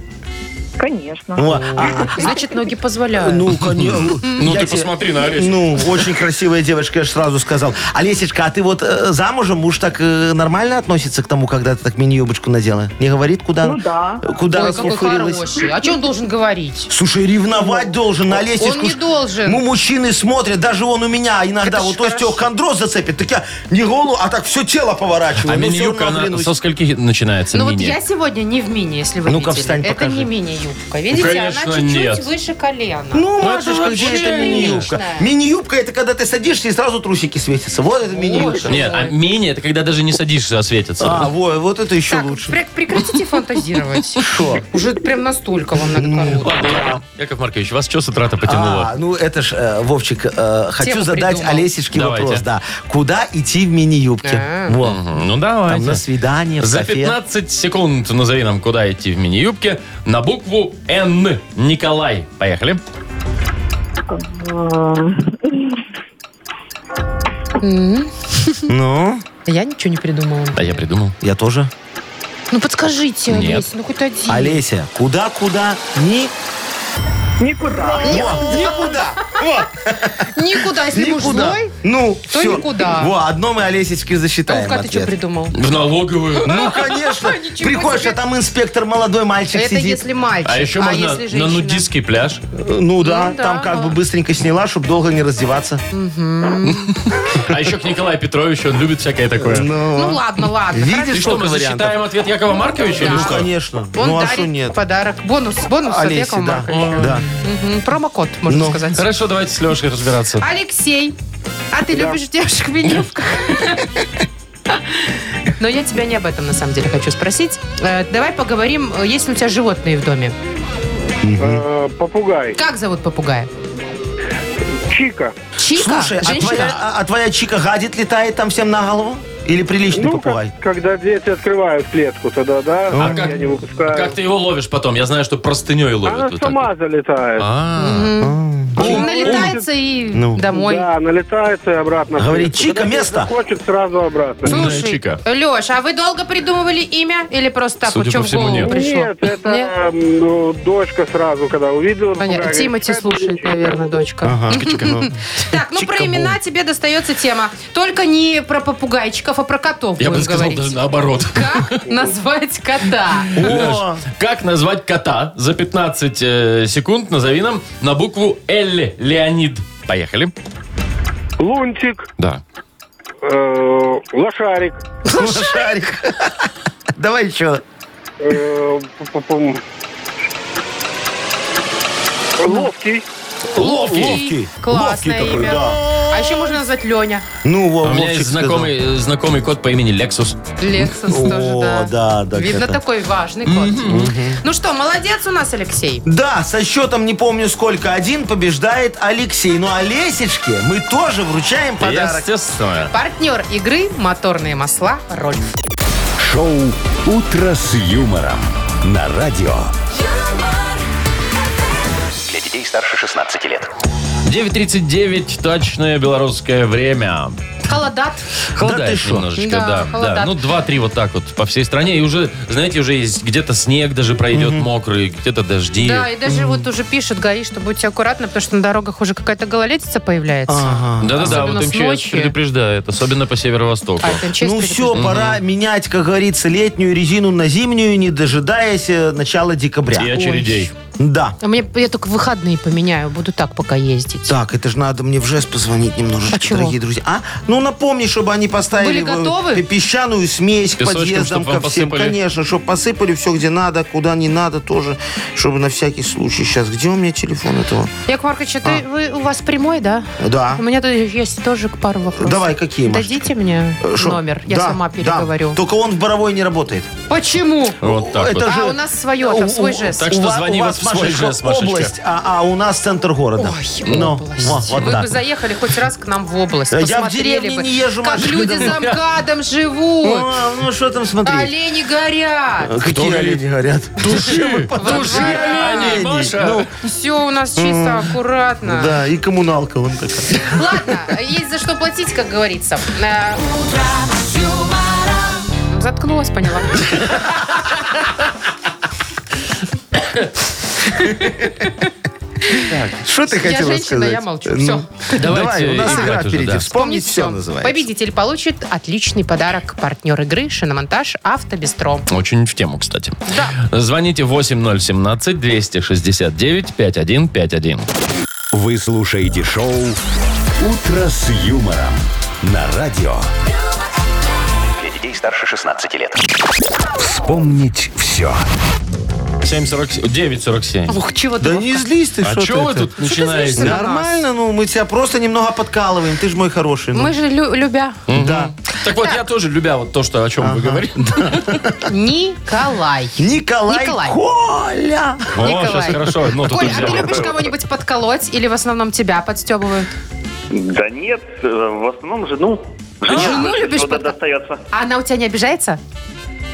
Speaker 8: Ну,
Speaker 9: Конечно.
Speaker 3: Во, а,
Speaker 2: Значит, ноги позволяют.
Speaker 3: Ну, конечно.
Speaker 1: Ну,
Speaker 3: Я
Speaker 1: ты
Speaker 3: тебе-
Speaker 1: посмотри на Олесю.
Speaker 3: Ну, очень красивая девочка, я ж сразу сказал. Олесечка, а ты вот э, замужем, муж так э, нормально относится к тому, когда ты так мини-юбочку надела? Не говорит, куда?
Speaker 9: Ну да.
Speaker 3: Куда
Speaker 2: Ой, какой
Speaker 3: расфуфырилась?
Speaker 2: хороший. О чем он должен говорить?
Speaker 3: Слушай, ревновать должен на лестничку.
Speaker 2: не должен.
Speaker 3: Ну, мужчины смотрят, даже он у меня иногда,
Speaker 2: Это ж
Speaker 3: вот то есть
Speaker 2: хорошо.
Speaker 3: остеохондроз зацепит, так я не голову, а так все тело поворачиваю.
Speaker 1: А
Speaker 3: Ну, всё
Speaker 1: мини-юбка,
Speaker 3: равно
Speaker 1: она
Speaker 3: оглянусь.
Speaker 1: со скольки начинается
Speaker 2: Ну вот
Speaker 1: мини?
Speaker 2: я сегодня не в мини, если вы
Speaker 3: Ну-ка,
Speaker 2: видели.
Speaker 3: встань,
Speaker 2: Это
Speaker 3: покажи.
Speaker 2: не мини-юбка. Видите,
Speaker 1: конечно,
Speaker 2: она чуть-чуть
Speaker 1: нет.
Speaker 2: выше колена.
Speaker 3: Ну,
Speaker 1: Ну, это
Speaker 3: Машечка,
Speaker 1: вообще
Speaker 3: где это мини-юбка?
Speaker 2: конечно.
Speaker 3: Мини-юбка это когда ты садишься и сразу трусики светятся. Вот это мини-юбка.
Speaker 1: Нет, а мини это когда даже не садишься, а светится.
Speaker 3: А, во, вот это еще
Speaker 2: Так,
Speaker 3: лучше.
Speaker 2: пре- прекратите фантазировать.
Speaker 3: [LAUGHS] Шо? Ну.
Speaker 2: Уже прям настолько вам надо короткое.
Speaker 1: Ладно, Яков- Яков Маркович, вас что с утра-то потянуло?
Speaker 3: А, ну это ж, э, Вовчик, э, хочу
Speaker 2: Тему
Speaker 3: задать
Speaker 2: придумал.
Speaker 3: Олесечке
Speaker 1: Давайте.
Speaker 3: вопрос, да. Куда идти в мини-юбке?
Speaker 2: А.
Speaker 3: Во.
Speaker 1: Мгм, Ну
Speaker 3: Там на
Speaker 1: давайте.
Speaker 3: свидание, в
Speaker 1: За
Speaker 3: кафе.
Speaker 1: 15 секунд назови нам, куда идти в мини-юбке. На букву Н. Николай. Поехали.
Speaker 3: Ну,
Speaker 2: Я ничего не придумала.
Speaker 1: Да, А я придумал.
Speaker 3: я тоже.
Speaker 2: Ну подскажите,
Speaker 1: Нет.
Speaker 2: Олесь, ну хоть один.
Speaker 3: Олеся, куда-куда? Ни...
Speaker 9: Никуда.
Speaker 3: Во, никуда. Во,
Speaker 2: Никуда, если
Speaker 3: никуда.
Speaker 2: мужской,
Speaker 3: Ну,
Speaker 2: то
Speaker 3: все.
Speaker 2: никуда.
Speaker 3: Во, одно мы Олесечке
Speaker 2: то
Speaker 3: засчитаем
Speaker 2: Вовка, ты что
Speaker 3: ответ.
Speaker 2: придумал?
Speaker 1: В налоговую.
Speaker 3: [LAUGHS]
Speaker 1: Ну,
Speaker 3: Ну, конечно.
Speaker 2: [LAUGHS] Ничего
Speaker 3: Приходишь,
Speaker 2: себе.
Speaker 3: а там инспектор, молодой мальчик
Speaker 2: Это
Speaker 3: сидит.
Speaker 2: если мальчик,
Speaker 1: а еще можно
Speaker 2: если
Speaker 1: на
Speaker 2: женщина.
Speaker 1: нудистский пляж.
Speaker 3: Ну да,
Speaker 2: Ну да,
Speaker 3: там как
Speaker 2: ага.
Speaker 3: бы быстренько сняла, чтобы долго не раздеваться.
Speaker 1: А еще к Николаю Петровичу, он любит всякое такое.
Speaker 2: Ну ладно, ладно.
Speaker 3: Видишь,
Speaker 1: И что, мы
Speaker 3: сколько вариантов?
Speaker 1: засчитаем ответ Якова Марковича или
Speaker 3: Ну,
Speaker 1: что?
Speaker 3: конечно.
Speaker 2: Он
Speaker 3: Ну, а
Speaker 2: дарит
Speaker 3: что нет?
Speaker 2: подарок. Бонус, бонус от
Speaker 3: Олесе,
Speaker 2: Якова
Speaker 3: да.
Speaker 2: Марковича.
Speaker 3: Да.
Speaker 2: Мгм, Промокод, можно
Speaker 3: Ну.
Speaker 2: сказать.
Speaker 1: Хорошо, давайте с Лешей разбираться.
Speaker 2: Алексей, а ты любишь девушек в мини-юбках? Но я тебя не об этом на самом деле хочу спросить. Э, Давай поговорим, э, есть ли у тебя животные в доме?
Speaker 7: Э, попугай.
Speaker 2: Как зовут попугая?
Speaker 7: Чика.
Speaker 2: Чика?
Speaker 3: Слушай, а
Speaker 2: Женщина?
Speaker 3: твоя, а- а твоя чика гадит, летает там всем на голову? Или приличный
Speaker 7: Ну,
Speaker 3: попугай?
Speaker 7: как- когда дети открывают клетку, тогда, да,
Speaker 1: А
Speaker 7: Ну, я
Speaker 1: как-
Speaker 7: не выпускаю.
Speaker 1: Как ты его ловишь потом? Я знаю, что простыней ловят.
Speaker 7: Она
Speaker 1: вот так
Speaker 7: сама
Speaker 1: вот.
Speaker 7: залетает.
Speaker 1: А,
Speaker 2: Ну, Налетается и
Speaker 3: Ну.
Speaker 2: домой.
Speaker 7: Да, налетается и обратно. в
Speaker 3: Говорит,
Speaker 7: клетку.
Speaker 3: «Чика,
Speaker 7: Когда
Speaker 3: место!»
Speaker 7: девушка Хочет сразу обратно.
Speaker 1: Ну,
Speaker 2: Слушай,
Speaker 1: Чика.
Speaker 2: Леш, а вы долго придумывали имя? Или просто так
Speaker 1: Судя
Speaker 2: вот, что
Speaker 1: по
Speaker 2: в
Speaker 1: всему,
Speaker 2: голову
Speaker 1: нет.
Speaker 2: пришло?
Speaker 7: Нет, это
Speaker 2: Нет?
Speaker 7: м, ну, дочка сразу, когда увидела.
Speaker 2: Понятно.
Speaker 7: попугая, говорит,
Speaker 2: Тимати
Speaker 7: «Какая
Speaker 2: слушает,
Speaker 7: чика».
Speaker 2: наверное,
Speaker 7: А.
Speaker 2: дочка. Так, ну про
Speaker 3: Чика-бум.
Speaker 2: имена тебе достается тема. Только не про попугайчиков, а про котов
Speaker 1: я бы
Speaker 2: будем
Speaker 1: сказал
Speaker 2: говорить.
Speaker 1: даже наоборот.
Speaker 3: [LAUGHS]
Speaker 2: Как назвать кота?
Speaker 3: О,
Speaker 1: Как назвать кота? За 15 э, секунд назови нам на букву Л. Леонид. Поехали.
Speaker 7: Лунтик,
Speaker 1: Да.
Speaker 7: э, лошарик,
Speaker 3: ну, шарик. [LAUGHS] Давай еще.
Speaker 7: э, пу-пу-пум. ловкий.
Speaker 1: Ловкий.
Speaker 3: Ловкий.
Speaker 2: Классное
Speaker 3: Ловкий такой,
Speaker 2: имя.
Speaker 3: да.
Speaker 2: А еще можно назвать Леня.
Speaker 3: Ну, во,
Speaker 1: А у меня
Speaker 3: Вовчик
Speaker 1: есть
Speaker 3: сказал.
Speaker 1: знакомый, э, знакомый кот по имени Лексус.
Speaker 2: Лексус тоже, да.
Speaker 3: О, да, да.
Speaker 2: Видно,
Speaker 3: это.
Speaker 2: такой важный кот. Ну что, молодец у нас, Алексей.
Speaker 3: Да, со счетом не помню сколько. Один побеждает Алексей. Ну, а Лесечке мы тоже вручаем подарок.
Speaker 1: Естественно.
Speaker 2: Партнер игры «Моторные масла Рольф».
Speaker 4: Шоу «Утро с юмором» на радио.
Speaker 6: Для детей старше 16 лет.
Speaker 1: 9.39, точное белорусское время.
Speaker 2: Холодат.
Speaker 1: Холодает
Speaker 3: ты шо?
Speaker 1: немножечко,
Speaker 2: Да,
Speaker 1: да. да,
Speaker 2: холодает.
Speaker 1: Ну, 2-3 вот так вот по всей стране. И уже, знаете, уже есть где-то снег даже пройдет мокрый, где-то дожди.
Speaker 2: Да, и даже вот уже пишет ГАИ, что будьте аккуратны, потому что на дорогах уже какая-то гололедица появляется.
Speaker 3: Ага.
Speaker 1: Да-да-да,
Speaker 2: Особенно
Speaker 1: вот
Speaker 2: с
Speaker 1: МЧС
Speaker 2: ночи.
Speaker 1: предупреждает, особенно по северо-востоку.
Speaker 2: А это МЧС
Speaker 3: ну
Speaker 2: предупреждает.
Speaker 3: все, пора менять, как говорится, летнюю резину на зимнюю, не дожидаясь э, начала декабря.
Speaker 1: И очередей.
Speaker 3: Да.
Speaker 2: А мне, я только выходные поменяю, буду так пока ездить.
Speaker 3: Так, это же надо мне в ЖЭС позвонить немножечко,
Speaker 2: А чего?
Speaker 3: дорогие друзья. А? Ну, напомни, чтобы они
Speaker 2: Были
Speaker 3: поставили э,
Speaker 2: готовы?
Speaker 3: пе- песчаную смесь к
Speaker 1: Песочком,
Speaker 3: подъездам,
Speaker 1: чтоб вам
Speaker 3: ко всем.
Speaker 1: посыпали?
Speaker 3: Конечно, чтобы посыпали все, где надо, куда не надо тоже, чтобы на всякий случай. Сейчас, где у меня телефон этого?
Speaker 2: Яков Маркович, а ты, вы- у вас прямой, да?
Speaker 3: Да.
Speaker 2: У меня тут есть тоже пару вопросов.
Speaker 3: А. Давай, какие, Машечка?
Speaker 2: Дадите мне
Speaker 3: Э, шо?
Speaker 2: номер, я
Speaker 3: Да,
Speaker 2: сама
Speaker 3: да.
Speaker 2: переговорю.
Speaker 3: Только он в Боровой не работает.
Speaker 2: Почему?
Speaker 1: Вот так
Speaker 3: Это
Speaker 1: вот.
Speaker 3: же-
Speaker 2: А у нас свое, там свой жест.
Speaker 1: Так что
Speaker 3: ва-
Speaker 1: звони
Speaker 3: у
Speaker 1: вот
Speaker 3: вас,
Speaker 1: в свой
Speaker 3: Машечка,
Speaker 1: жест, Машечка.
Speaker 3: область, а, а у нас центр города.
Speaker 2: Ой,
Speaker 3: Ну,
Speaker 2: область.
Speaker 3: вот- вот
Speaker 2: Вы
Speaker 3: так.
Speaker 2: бы заехали хоть раз к нам в область.
Speaker 3: Да я в
Speaker 2: посмотрели
Speaker 3: деревне
Speaker 2: бы,
Speaker 3: не езжу,
Speaker 2: Как
Speaker 3: Машечка,
Speaker 2: люди за
Speaker 3: ну я-
Speaker 2: МКАДом живут.
Speaker 3: А, ну Э, что там смотреть?
Speaker 2: Олени горят.
Speaker 3: Какие
Speaker 1: горит?
Speaker 3: люди говорят? Туши,
Speaker 2: туши оленей,
Speaker 1: Маша.
Speaker 2: Все у нас чисто, аккуратно.
Speaker 3: Ну, да, и коммуналка вон такая.
Speaker 2: Ладно, есть за что платить, как говорится. Э, Заткнулась, поняла.
Speaker 3: [LAUGHS] Что ты
Speaker 2: Я
Speaker 3: хотела
Speaker 2: женщина,
Speaker 3: сказать?
Speaker 2: я молчу.
Speaker 3: Ну,
Speaker 2: Все.
Speaker 3: Давай, у нас
Speaker 1: играть
Speaker 3: игра
Speaker 1: уже,
Speaker 3: впереди.
Speaker 1: да.
Speaker 3: Вспомнить все называется.
Speaker 2: Победитель получит отличный подарок. Партнер игры «Шиномонтаж Автобестро».
Speaker 1: Очень в тему, кстати. Звоните 8017-269-5151.
Speaker 4: Вы слушаете шоу «Утро с юмором» на радио.
Speaker 6: Для детей старше 16 лет.
Speaker 4: Вспомнить все.
Speaker 1: 947.
Speaker 2: Ух, чего
Speaker 3: Да
Speaker 2: ты?
Speaker 3: не злись ты,
Speaker 1: А
Speaker 3: что
Speaker 1: что вы
Speaker 3: это?
Speaker 1: тут начинаете?
Speaker 2: злишься?
Speaker 3: Нормально, ну мы тебя просто немного подкалываем. Ты же мой хороший. ну.
Speaker 2: Мы же лю- любя.
Speaker 3: Да.
Speaker 1: Так вот, я тоже, любя вот то, что, о чем вы
Speaker 3: [LAUGHS]
Speaker 1: говорите.
Speaker 2: Николай.
Speaker 3: Николай,
Speaker 2: Николай.
Speaker 3: Коля.
Speaker 1: О,
Speaker 2: Николай.
Speaker 1: сейчас хорошо. Ну, тут
Speaker 2: Коль, а
Speaker 1: взял.
Speaker 2: ты любишь кого-нибудь подколоть или в основном тебя подстебывают?
Speaker 7: Да нет, э, в основном жену. Жене Ну,
Speaker 2: жену ну,
Speaker 7: больше
Speaker 2: любишь
Speaker 7: всего
Speaker 2: подка-
Speaker 7: «А, достается.
Speaker 2: А она у тебя не обижается?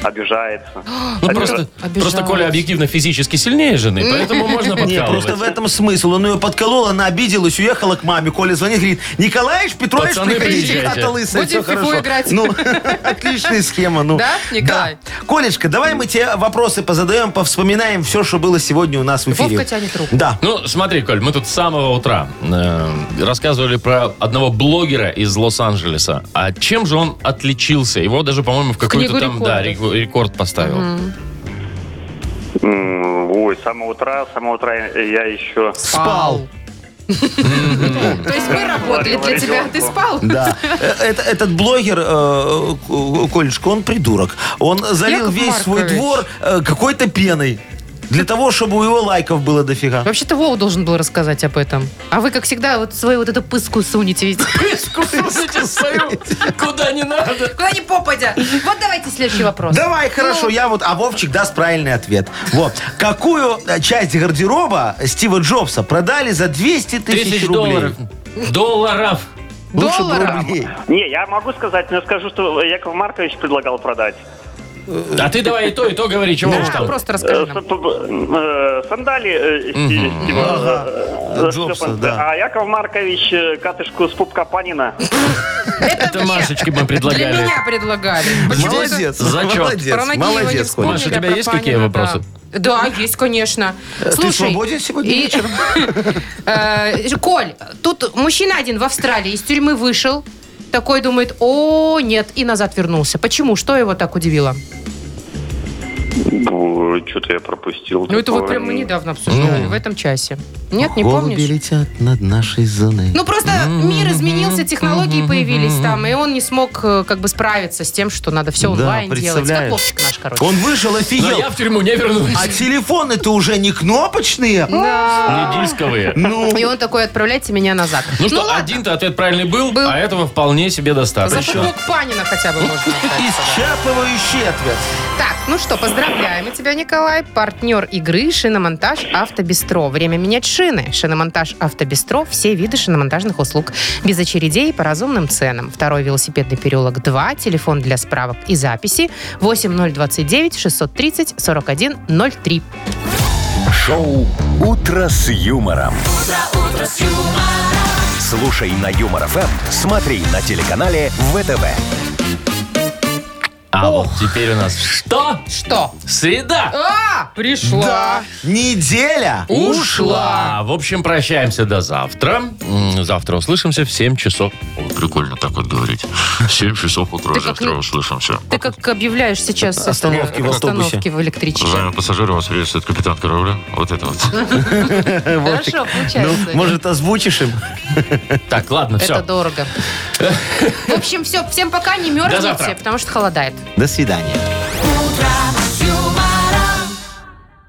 Speaker 7: Обижается. [GASPS]
Speaker 1: Ну,
Speaker 7: Обижа-
Speaker 1: просто,
Speaker 2: Обижалась.
Speaker 1: просто Коля объективно физически сильнее жены, поэтому можно
Speaker 3: Нет, просто в
Speaker 1: подкалывать.
Speaker 3: этом смысл. Он ее подколол, она обиделась, уехала к маме. Коля звонит, говорит, Николаевич Петрович,
Speaker 1: Пацаны,
Speaker 3: приходите,
Speaker 1: приезжайте.
Speaker 3: хата лысая,
Speaker 2: Будем в
Speaker 3: все
Speaker 2: фифу
Speaker 3: хорошо.
Speaker 2: играть.
Speaker 3: Ну, [LAUGHS] отличная схема. Ну.
Speaker 2: Да, Николай?
Speaker 3: Да. Колечка, давай мы тебе вопросы позадаем, повспоминаем все, что было сегодня у нас в эфире.
Speaker 2: Вовка тянет руку.
Speaker 3: Да.
Speaker 1: Ну, смотри, Коль, мы тут с самого утра э, рассказывали про одного блогера из Лос-Анджелеса. А чем же он отличился? Его даже, по-моему, в какой-то
Speaker 2: Книгу
Speaker 1: там да,
Speaker 2: рекордов.
Speaker 1: реку- рекорд поставил. [LAUGHS]
Speaker 7: М, Ой, с самого утра, с самого утра я еще...
Speaker 3: Спал.
Speaker 2: То есть мы работали для тебя, а ты спал?
Speaker 3: Да. Э, это- этот блогер, э, э, Колечка, он придурок. Он залил
Speaker 2: Яков
Speaker 3: весь свой
Speaker 2: Маркович.
Speaker 3: двор э, какой-то пеной. Для того, чтобы у его лайков было дофига.
Speaker 2: Вообще-то Вова должен был рассказать об этом. А вы, как всегда, вот свою вот эту пыску сунете ведь.
Speaker 1: Куда не надо.
Speaker 2: [LAUGHS] Куда не попадя. Вот давайте следующий вопрос.
Speaker 3: Давай, хорошо, я вот, а Вовчик даст правильный ответ. Вот. Какую э, часть гардероба Стива Джобса продали за 200 тысяч
Speaker 1: Тысяч
Speaker 3: рублей?
Speaker 1: долларов. Долларов.
Speaker 3: Лучше бы
Speaker 2: Долларов?
Speaker 3: рублей.
Speaker 7: Не, я могу сказать, но скажу, что Яков Маркович предлагал продать.
Speaker 1: А ты давай и то, и то говори, чего
Speaker 3: ну
Speaker 1: уж
Speaker 2: Да,
Speaker 1: там.
Speaker 2: просто
Speaker 7: Э,
Speaker 2: расскажи
Speaker 7: с-
Speaker 2: нам.
Speaker 7: э, Сандали э, Сти- Стива,
Speaker 3: Ага.
Speaker 7: э, э,
Speaker 3: Джобса,
Speaker 7: Степан,
Speaker 3: да.
Speaker 7: а Яков Маркович э, катышку с пупка Панина.
Speaker 1: Это Машечке мы
Speaker 2: Для
Speaker 1: предлагали.
Speaker 2: меня предлагали. [LAUGHS] Почему это-
Speaker 3: Молодец.
Speaker 1: Зачет.
Speaker 2: Про
Speaker 3: Молодец.
Speaker 2: ноги его не
Speaker 3: Молодец,
Speaker 2: вспомнили,
Speaker 3: Коля.
Speaker 1: Маша, у тебя
Speaker 2: а про
Speaker 1: есть какие
Speaker 2: Панина,
Speaker 1: вопросы?
Speaker 2: Да. Да, есть, конечно.
Speaker 3: Ты свободен сегодня
Speaker 2: и-
Speaker 3: вечером?
Speaker 2: Э, Коль, тут мужчина один в Австралии из тюрьмы вышел, такой думает, о, нет, и назад вернулся. Почему? Что его так удивило?
Speaker 7: Что-то Ну, я пропустил.
Speaker 2: Ну, это вот прямо мы недавно обсуждали, в этом часе. Нет, не помнишь?
Speaker 3: летят над нашей зоной.
Speaker 2: Ну, просто мир изменился, технологии появились там, и он не смог э, как бы справиться с тем, что надо все
Speaker 3: Да,
Speaker 2: онлайн делать. Как
Speaker 3: представляешь?
Speaker 2: Вовчик наш, короче.
Speaker 3: Он вышел,
Speaker 1: Но
Speaker 3: офигел.
Speaker 1: я в тюрьму не вернусь.
Speaker 3: А телефоны-то уже не кнопочные.
Speaker 2: А,
Speaker 1: Не дисковые.
Speaker 3: Ну,
Speaker 2: И он такой, отправляйте меня назад.
Speaker 1: Ну что,
Speaker 2: ладно.
Speaker 1: один-то ответ правильный был,
Speaker 2: Был.
Speaker 1: а этого вполне себе
Speaker 3: А
Speaker 2: За
Speaker 1: достаточно.
Speaker 2: футбол Панина хотя бы можно. отдать.
Speaker 3: исчерпывающий ответ.
Speaker 2: Так, ну что, поздравляем и тебя, Николай. Партнер игры «Шиномонтаж Автобестро». Время менять шины. «Шиномонтаж Автобестро» – все виды шиномонтажных услуг. Без очередей и по разумным ценам. Второй велосипедный переулок 2. Телефон для справок и записи 8029-630-4103.
Speaker 4: Шоу «Утро с юмором». Слушай на Юмор ФМ, смотри на телеканале ВТВ.
Speaker 1: А вот теперь у нас что?
Speaker 2: Что?
Speaker 1: Среда!
Speaker 2: А, пришла.
Speaker 3: Неделя
Speaker 1: Ушла! В общем, прощаемся до завтра. М, Завтра услышимся в 7 часов. прикольно так вот говорить. 7 часов утра
Speaker 2: Ты как завтра не-
Speaker 1: услышимся.
Speaker 2: Ты как объявляешь сейчас э,
Speaker 3: Остановки в автобусе.
Speaker 2: остановки в электричке.
Speaker 1: Уважаемые пассажиры, вас приветствует капитан корабля. Вот это вот.
Speaker 2: Хорошо,
Speaker 3: Ну,
Speaker 2: получается.
Speaker 3: может, озвучишь им?
Speaker 1: Так, ладно,
Speaker 2: Это
Speaker 1: все.
Speaker 2: дорого. В общем, все. Всем пока, не
Speaker 1: До завтра.
Speaker 2: мерзните, потому что холодает.
Speaker 3: До свидания.